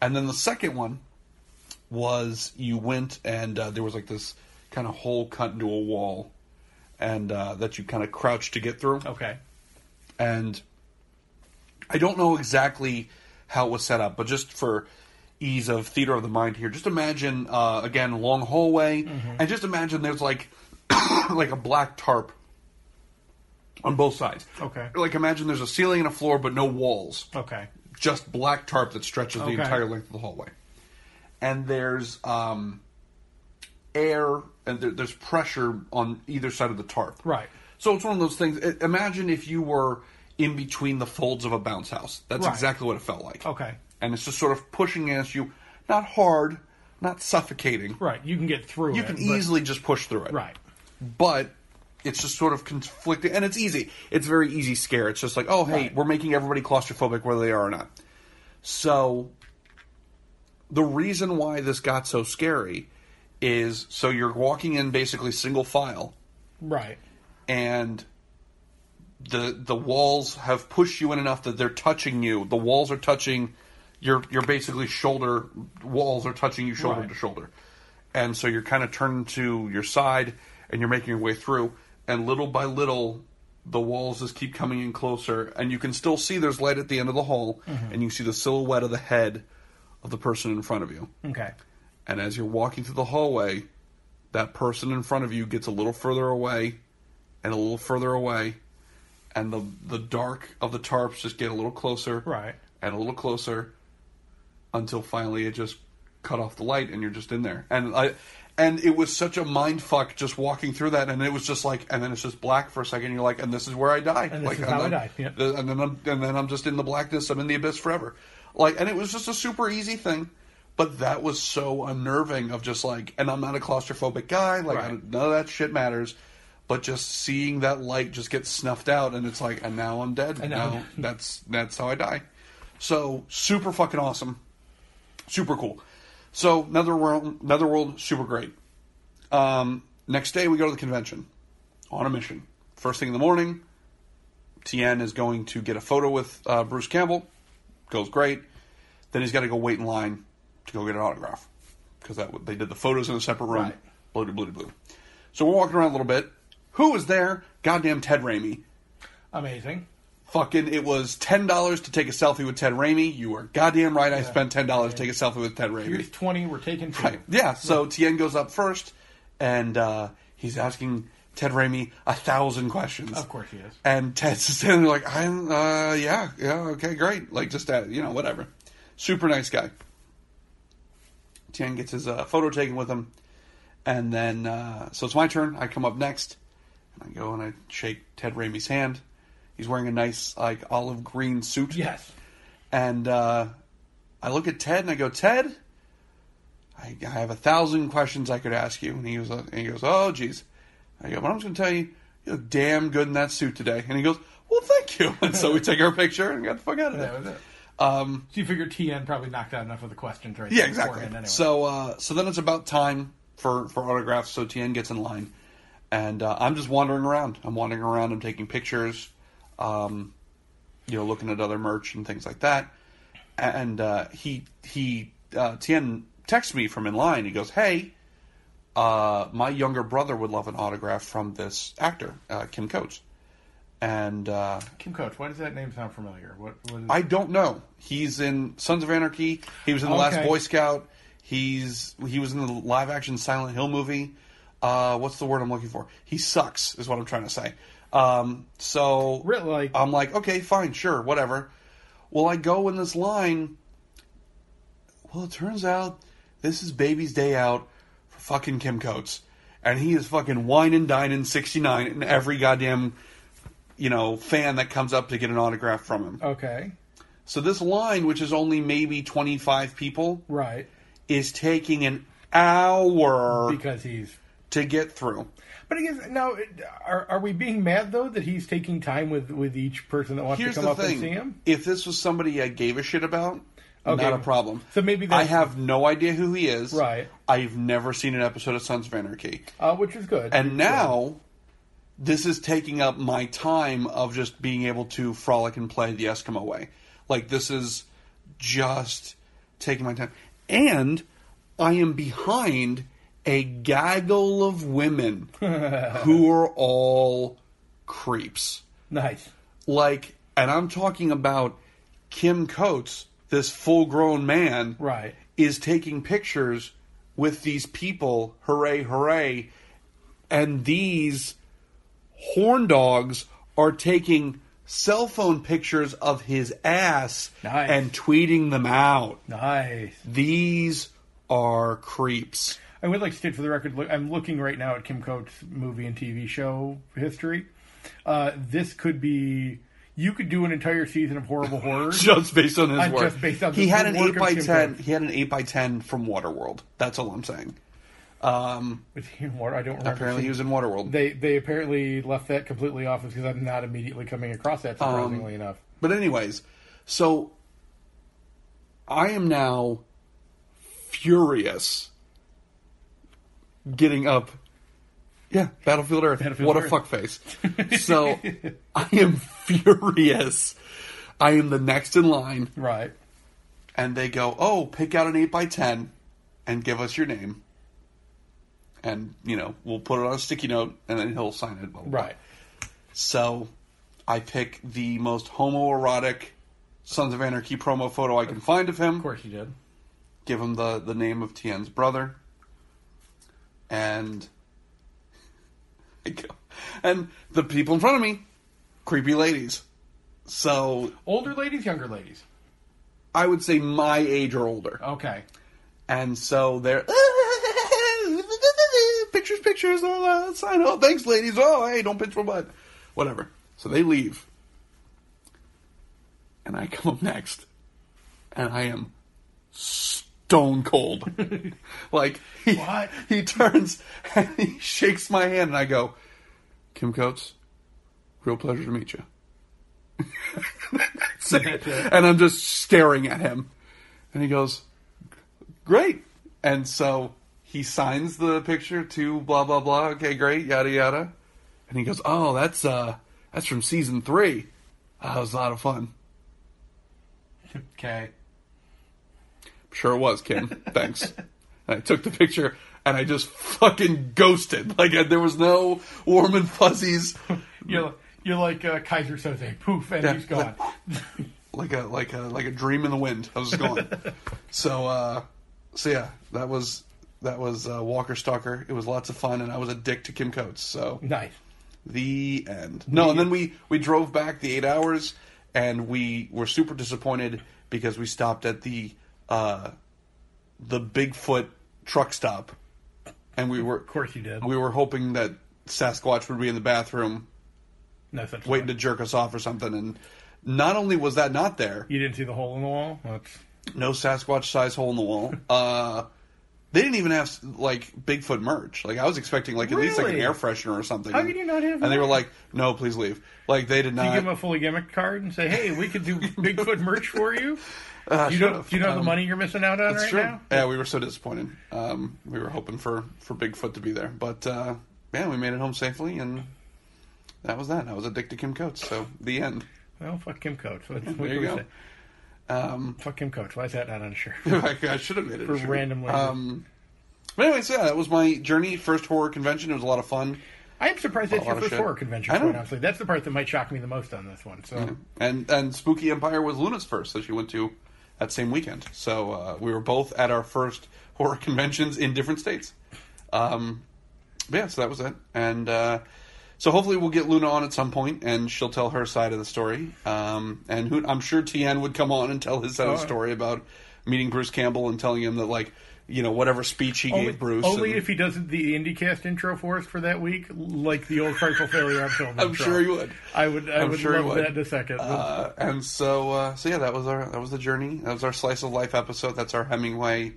S2: And then the second one was you went and uh, there was like this kind of hole cut into a wall and uh, that you kind of crouched to get through
S1: Okay.
S2: and I don't know exactly how it was set up, but just for ease of theater of the mind here, just imagine uh, again long hallway, and just imagine there's like <coughs> like a black tarp on both sides.
S1: Okay.
S2: Like imagine there's a ceiling and a floor, but no walls
S1: Okay.
S2: just black tarp that stretches
S1: Okay.
S2: the entire length of the hallway. And there's um, air and there, there's pressure on either side of the tarp.
S1: Right.
S2: So it's one of those things. i- Imagine if you were in between the folds of a bounce house. That's
S1: Right.
S2: exactly what it felt like.
S1: Okay.
S2: And it's just sort of pushing against you, not hard, not suffocating.
S1: Right. You can get through
S2: You
S1: it.
S2: can
S1: but-
S2: easily just push through it
S1: Right.
S2: but it's just sort of conflicting and it's easy it's very easy scare it's just like oh hey
S1: Right.
S2: we're making everybody claustrophobic whether they are or not so the reason why this got so scary is so you're walking in basically single file
S1: Right.
S2: and the the walls have pushed you in enough that they're touching you the walls are touching your your basically shoulder walls are touching you shoulder
S1: Right.
S2: to shoulder and so you're kind of turned to your side and you're making your way through and little by little the walls just keep coming in closer, and you can still see there's light at the end of the hall, and you see the silhouette of the head of the person in front of you.
S1: Okay.
S2: And as you're walking through the hallway, that person in front of you gets a little further away and a little further away, and the the dark of the tarps just get a little closer,
S1: Right.
S2: and a little closer, until finally it just cut off the light and you're just in there. And I and it was such a mind fuck just walking through that, and it was just like, and then it's just black for a second. And you're like, and this is where I died.
S1: And this
S2: like,
S1: is how I
S2: then-
S1: died, yeah.
S2: the- and then I'm and then I'm just in the blackness. I'm in the abyss forever. Like, and it was just a super easy thing, but that was so unnerving. Of just like, and I'm not a claustrophobic guy. Like, I
S1: Right.
S2: don't, none of that shit matters. But just seeing that light just get snuffed out, and it's like, and now I'm dead.
S1: And now-
S2: Now that's that's how I die. So super fucking awesome, super cool. So Netherworld, Netherworld, super great. Um, next day we go to the convention on a mission. First thing in the morning, Tien is going to get a photo with uh, Bruce Campbell. Goes great. Then he's got to go wait in line to go get an autograph because that they did the photos in a separate room.
S1: Right.
S2: Blue, blue, blue, blue. So we're walking around a little bit. Who was there? Goddamn Ted Raimi.
S1: Amazing.
S2: Fucking, it was ten dollars to take a selfie with Ted Raimi. You were goddamn right. I spent ten dollars to take a selfie with Ted Raimi.
S1: Here's 20. We're taking two.
S2: Right. Yeah. So Tien goes up first, and uh, he's asking Ted Raimi a thousand questions.
S1: Of course he is.
S2: And Ted's <laughs> just standing there like, I'm, uh, yeah, yeah, okay, great. Like, just, uh, you know, whatever. Super nice guy. Tien gets his uh, photo taken with him. And then, uh, so it's my turn. I come up next. And I go and I shake Ted Raimi's hand. He's wearing a nice, like, olive green suit.
S1: Yes.
S2: And uh, I look at Ted and I go, Ted, I, I have a thousand questions I could ask you. And he goes, uh, and he goes, oh, geez. I go, but I'm just going to tell you, you look damn good in that suit today. And he goes, well, thank you. <laughs> And so we take our picture and got the fuck out of
S1: That
S2: there.
S1: was it.
S2: Um,
S1: So you figure TN probably knocked out enough of the questions right
S2: yeah,
S1: there
S2: exactly.
S1: beforehand anyway.
S2: So, uh, so then it's about time for for autographs. So Tien gets in line, and uh, I'm just wandering around. I'm wandering around. I'm taking pictures, um, you know, looking at other merch and things like that. And uh, he he uh, Tien texts me from in line. He goes, "Hey, uh, my younger brother would love an autograph from this actor, uh, Kim Coates." And uh,
S1: Kim Coach, why does that name sound familiar? What, what is
S2: I don't know. He's in Sons of Anarchy. He was in the last
S1: Okay.
S2: Boy Scout. He's he was in the live action Silent Hill movie. Uh, what's the word I'm looking for? He sucks, is what I'm trying to say. Um, so
S1: Re- like-
S2: I'm like, okay, fine, sure, whatever. Well, I go in this line. Well, it turns out this is Baby's Day Out for fucking Kim Coates, and he is fucking wine and dining '69 and every goddamn you know fan that comes up to get an autograph from him.
S1: Okay.
S2: So this line, which is only maybe 25 people,
S1: Right.
S2: is taking an hour
S1: Because he's.
S2: to get through.
S1: But I guess now, it- are, are we being mad though that he's taking time with with each person that wants
S2: Here's
S1: to come
S2: the
S1: up and see
S2: thing:
S1: him?
S2: if this was somebody I gave a shit about,
S1: Okay.
S2: not a problem.
S1: So maybe
S2: I
S1: that's-
S2: have no idea who he is.
S1: Right.
S2: I've never seen an episode of Sons of Anarchy,
S1: Uh, which is good.
S2: and now this is taking up my time of just being able to frolic and play the Eskimo way. Like this is just taking my time, and I am behind a gaggle of women who are all creeps.
S1: nice.
S2: Like, and I'm talking about Kim Coates, this full-grown man,
S1: Right.
S2: is taking pictures with these people. Hooray, hooray! And these horn dogs are taking cell phone pictures of his ass
S1: Nice.
S2: and tweeting them out.
S1: Nice.
S2: These are creeps. <laughs>
S1: I would like to state for the record, look, I'm looking right now at Kim Coates' movie and TV show history. Uh, this could be. You could do an entire season of horrible <laughs> horrors.
S2: Just based on his
S1: I'm
S2: work.
S1: just based on
S2: he
S1: the
S2: had an
S1: work
S2: eight
S1: of
S2: by
S1: Kim
S2: ten.
S1: Coates.
S2: He had an eight by ten from Waterworld. That's all I'm saying. Um,
S1: Was he in water? I don't remember.
S2: apparently, he was in Waterworld.
S1: They they apparently left that completely off because I'm not immediately coming across that. Surprisingly enough,
S2: But anyways, so I am now furious getting up. Yeah, Battlefield Earth.
S1: Battlefield
S2: what
S1: Earth.
S2: a fuck face.
S1: <laughs>
S2: so I am <laughs> furious. I am the next in line
S1: right?
S2: and they go, "Oh, pick out an eight by ten, and give us your name, and you know we'll put it on a sticky note, and then he'll sign it." blah, blah, blah."
S1: Right.
S2: So I pick the most homoerotic Sons of Anarchy promo photo I can find of him.
S1: Of course you did.
S2: Give him the, the name of Tien's brother. And <laughs> I go. And the people in front of me, creepy ladies. So
S1: Older ladies, younger ladies.
S2: I would say my age or older.
S1: Okay.
S2: And so they're <laughs> pictures, pictures, oh, uh, sign. Oh, thanks, ladies. Oh, hey, don't pitch my butt. Whatever. So they leave, and I come up next, and I am stone cold. like he,
S1: What?
S2: he turns and he shakes my hand, and I go, Kim Coates, real pleasure to meet you. <laughs> That's it. And I'm just staring at him, and he goes great. And so he signs the picture to blah blah blah. Okay, great, yada yada. And he goes, oh, that's uh, that's from season three. Oh, that was a lot of fun.
S1: <laughs> Okay.
S2: Sure it was, Kim. Thanks. And I took the picture and I just fucking ghosted. Like I- there was no warm and fuzzies,
S1: You're, you're like uh, Kaiser Soze. Poof, and
S2: Yeah.
S1: <laughs> he's gone.
S2: like a like a like a dream in the wind. I was just
S1: <laughs>
S2: gone. so uh, so yeah, that was that was uh, Walker Stalker. It was lots of fun, and I was a dick to Kim Coates. So
S1: nice.
S2: the end. No, and then we we drove back the eight hours, and we were super disappointed because we stopped at the uh, the Bigfoot truck stop, and we were
S1: Of course you did.
S2: we were hoping that Sasquatch would be in the bathroom
S1: no such
S2: waiting to
S1: thing.
S2: jerk us off or something, and not only was that not there,
S1: You didn't see the hole in the wall? That's
S2: no Sasquatch size hole in the
S1: <laughs>
S2: wall. Uh, they didn't even have like Bigfoot merch. Like I was expecting, like at least like an
S1: Really?
S2: air freshener or something.
S1: How could you not have
S2: And they were
S1: that?
S2: like, "No, please leave." Like they did
S1: you
S2: not.
S1: give him a fully gimmick card and say, "Hey, we
S2: <laughs>
S1: could do Bigfoot merch for you."
S2: Uh,
S1: you
S2: should
S1: know,
S2: have.
S1: you know the
S2: Um,
S1: money you're missing out on
S2: That's
S1: right
S2: true.
S1: now.
S2: Yeah, we were so disappointed. Um, we were hoping for for Bigfoot to be there, but uh, yeah, we made it home safely, and that was that. I was addicted to Kim Coates, so the end.
S1: Well, fuck Kim Coates. What, what
S2: There
S1: can
S2: you
S1: we
S2: go. <laughs>
S1: say?
S2: Um,
S1: Fuck Kim Coates. Why is that not on
S2: <laughs>
S1: a shirt?
S2: I, I should have made it
S1: For
S2: a shirt.
S1: random labor.
S2: Um, but anyway, so yeah, that was my journey. First horror convention. It was a lot of fun.
S1: I am surprised that's
S2: Well,
S1: your
S2: I
S1: first
S2: should-
S1: horror convention.
S2: I Mm-hmm.
S1: Quite
S2: know.
S1: honestly, that's the part that might shock me the most on this one. So,
S2: And and Spooky Empire was Luna's first that she went to that same weekend. So uh, we were both at our first horror <laughs> conventions in different states. Um, but yeah, so that was it. And uh, so hopefully we'll get Luna on at some point, and she'll tell her side of the story. Um, and who, I'm sure Tien would come on and tell his side of the
S1: Alright.
S2: story about meeting Bruce Campbell and telling him that like you know whatever speech he
S1: only,
S2: gave Bruce.
S1: only
S2: and-
S1: if he does the IndyCast intro for us for that week, like the old frightful failure on film.
S2: I'm
S1: intro.
S2: sure he would.
S1: I would. I
S2: I'm
S1: would
S2: sure he
S1: love
S2: would.
S1: that in a second.
S2: Uh, and so, uh, so yeah, that was our that was the journey. That was our slice of life episode. That's our Hemingway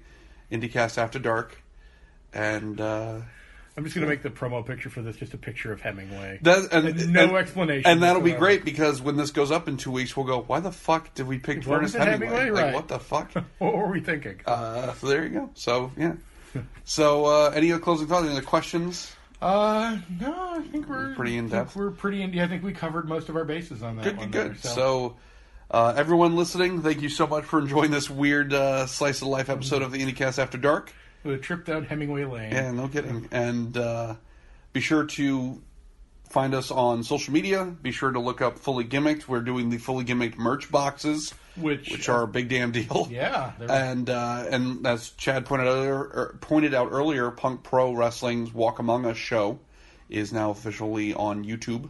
S2: IndieCast After Dark, and uh,
S1: I'm just going to make the promo picture for this just a picture of Hemingway.
S2: that and,
S1: And no
S2: and-
S1: explanation
S2: And that'll be
S1: whatsoever.
S2: great because when this goes up in two weeks, we'll go. Why the fuck did we pick
S1: Why
S2: Ernest
S1: was it
S2: Hemingway?
S1: Hemingway?
S2: Like
S1: Right.
S2: what the
S1: <laughs>
S2: fuck?
S1: what were we thinking?
S2: uh, so there you go. So yeah. So uh, any other closing thoughts? Any other questions?
S1: Uh, no, I think we're
S2: pretty in
S1: I think
S2: depth.
S1: We're pretty in. I think we covered most of our bases on that
S2: Good,
S1: one.
S2: good,
S1: there,
S2: good. So, uh, everyone listening, thank you so much for enjoying this weird uh, slice of life
S1: Mm-hmm.
S2: episode of the IndieCast After Dark.
S1: the trip down Hemingway Lane.
S2: Yeah, no kidding. And uh, be sure to find us on social media. Be sure to look up Fully Gimmicked. We're doing the Fully Gimmicked merch boxes,
S1: Which-
S2: which are a big damn deal.
S1: <laughs> Yeah, they're-
S2: <laughs> And uh, and as Chad pointed out earlier, er, pointed out earlier, Punk Pro Wrestling's Walk Among Us show is now officially on YouTube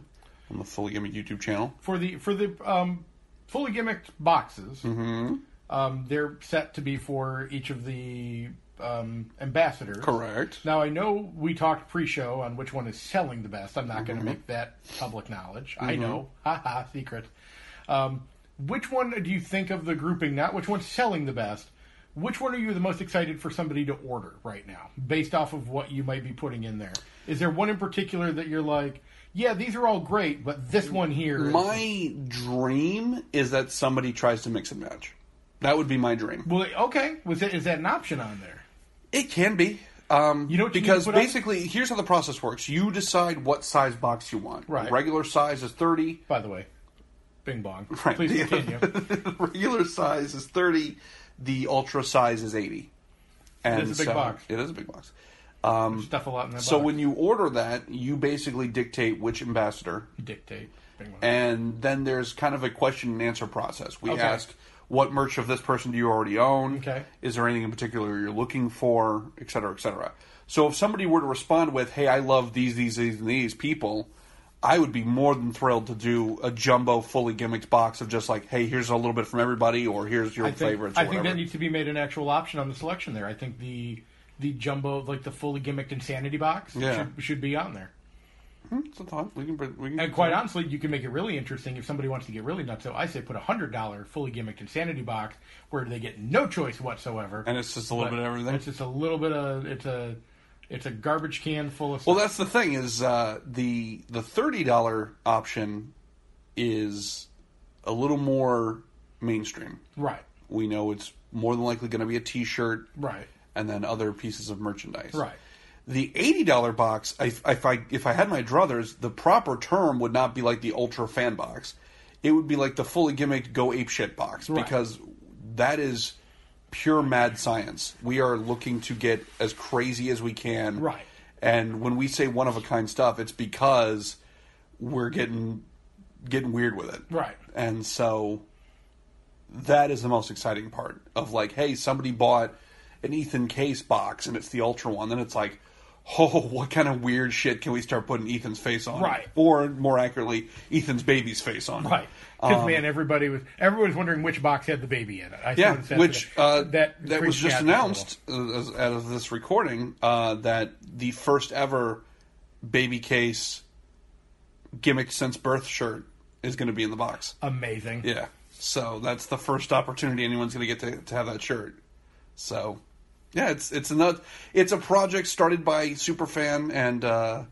S2: on the Fully Gimmicked YouTube channel.
S1: for the for the um, fully gimmicked boxes,
S2: Mm-hmm.
S1: um, they're set to be for each of the um, ambassadors.
S2: Correct.
S1: Now I know we talked pre-show on which one is selling the best. I'm not going
S2: Mm-hmm.
S1: to make that public knowledge. I know, haha, secret. Um, which one do you think of the grouping? Not which one's selling the best. Which one are you the most excited for somebody to order right now, based off of what you might be putting in there? Is there one in particular that you're like, yeah, these are all great, but this one here, is-
S2: My dream is that somebody tries to mix and match. That would be my dream.
S1: Well, okay. Was that is that an option on there?
S2: It can be. Um,
S1: You know what you need to
S2: because
S1: put on?
S2: basically, here's how the process works. You decide what size box you want.
S1: Right.
S2: Regular size is 30.
S1: By the way, Bing Bong.
S2: Right. <laughs>
S1: Please
S2: The-
S1: continue.
S2: regular size is 30. The ultra size is 80. And
S1: is a big box.
S2: It is a big box.
S1: Um, stuff a lot in that.
S2: So
S1: box.
S2: when you order that, you basically dictate which ambassador,
S1: dictate. Bing, bong.
S2: and then there's kind of a question and answer process. We
S1: Okay.
S2: ask, what merch of this person do you already own?
S1: Okay.
S2: Is there anything in particular you're looking for, et cetera, et cetera? So if somebody were to respond with, hey, I love these, these, these, and these people, I would be more than thrilled to do a jumbo, fully gimmicked box of just like, hey, here's a little bit from everybody, or here's your
S1: I think,
S2: favorites, or
S1: I think
S2: whatever.
S1: that needs to be made an actual option on the selection there. I think the the jumbo, like the fully gimmicked insanity box,
S2: Yeah.
S1: should, should be on there.
S2: Hmm, It's a thought. We can, bring- we can
S1: And quite honestly, you can make it really interesting if somebody wants to get really nuts. So I say put a hundred dollar fully gimmicked insanity box where they get no choice whatsoever.
S2: And it's just a little
S1: But
S2: bit of everything.
S1: It's just a little bit of it's a it's a garbage can full of.
S2: Well, that's the thing is uh, the the thirty dollar option is a little more mainstream.
S1: right,
S2: We know it's more than likely going to be a T-shirt,
S1: right,
S2: and then other pieces of merchandise.
S1: right.
S2: The eighty dollar box, I, if I if I had my druthers, the proper term would not be like the ultra fan box. It would be like the fully gimmicked go ape shit box
S1: Right.
S2: because that is pure mad science. We are looking to get as crazy as we can.
S1: Right.
S2: And when we say one of a kind stuff, it's because we're getting getting weird with it.
S1: Right.
S2: And so that is the most exciting part of like, hey, somebody bought an Ethan Case box and it's the ultra one. Then it's like, oh, <laughs> what kind of weird shit can we start putting Ethan's face on?
S1: Right.
S2: Or more accurately, Ethan's baby's face on.
S1: Right.
S2: Um,
S1: Because man, everybody was everyone was wondering which box had the baby in it. I
S2: Yeah,
S1: noticed that
S2: which
S1: today.
S2: uh, that was
S1: freaked me
S2: just
S1: out just a little.
S2: announced uh, as, out of this recording uh, that the first ever baby case gimmick since birth shirt is going to be in the box.
S1: Amazing.
S2: Yeah. So that's the first opportunity anyone's going to get to to have that shirt. So, yeah, it's it's another it's a project started by superfan and uh,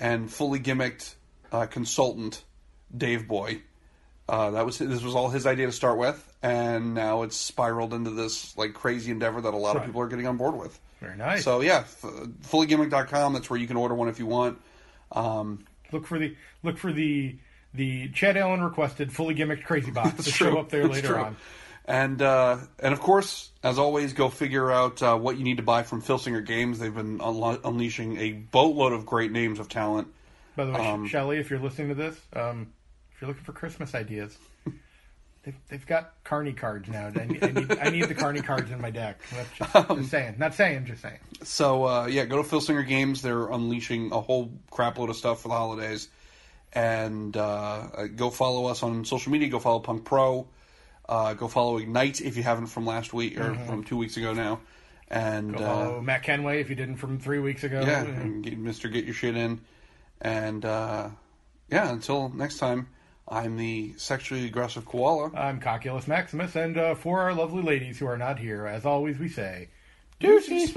S2: and fully gimmicked uh, consultant Dave Boy. Uh, that was this was all his idea to start with, and now it's spiraled into this like crazy endeavor that a lot of
S1: Right.
S2: people are getting on board with.
S1: Very nice.
S2: So yeah, f- fullygimmick.com. That's where you can order one if you want. Um,
S1: Look for the look for the the Chad Allen requested fully gimmicked
S2: <laughs>
S1: crazy box to
S2: It's
S1: show
S2: true.
S1: up there
S2: It's
S1: later
S2: true.
S1: on.
S2: And uh, and of course, as always, go figure out uh, what you need to buy from Filsinger Games. They've been unlo- unleashing a boatload of great names of talent.
S1: By the way,
S2: Um,
S1: Sh Shelley, if you're listening to this, um, if you're looking for
S2: <laughs>
S1: Christmas ideas, they've, they've got Carney cards now. I need, I need, I need the Carney cards in my deck. That's just,
S2: Um,
S1: just saying, not saying, just saying.
S2: So uh, yeah, go to Filsinger Games. They're unleashing a whole crap load of stuff for the holidays. And uh, uh, go follow us on social media. Go follow Punk Pro. Uh, go follow Ignite if you haven't from last week or from two weeks ago now. And uh,
S1: Mm-hmm. Follow Oh, Matt Kenway if you didn't from three weeks ago.
S2: Yeah, and get, Mr. Get Your Shit In. And uh, yeah, until next time, I'm the sexually aggressive koala.
S1: I'm Cockulus Maximus, and uh, for our lovely ladies who are not here, as always, we say,
S2: Deuces.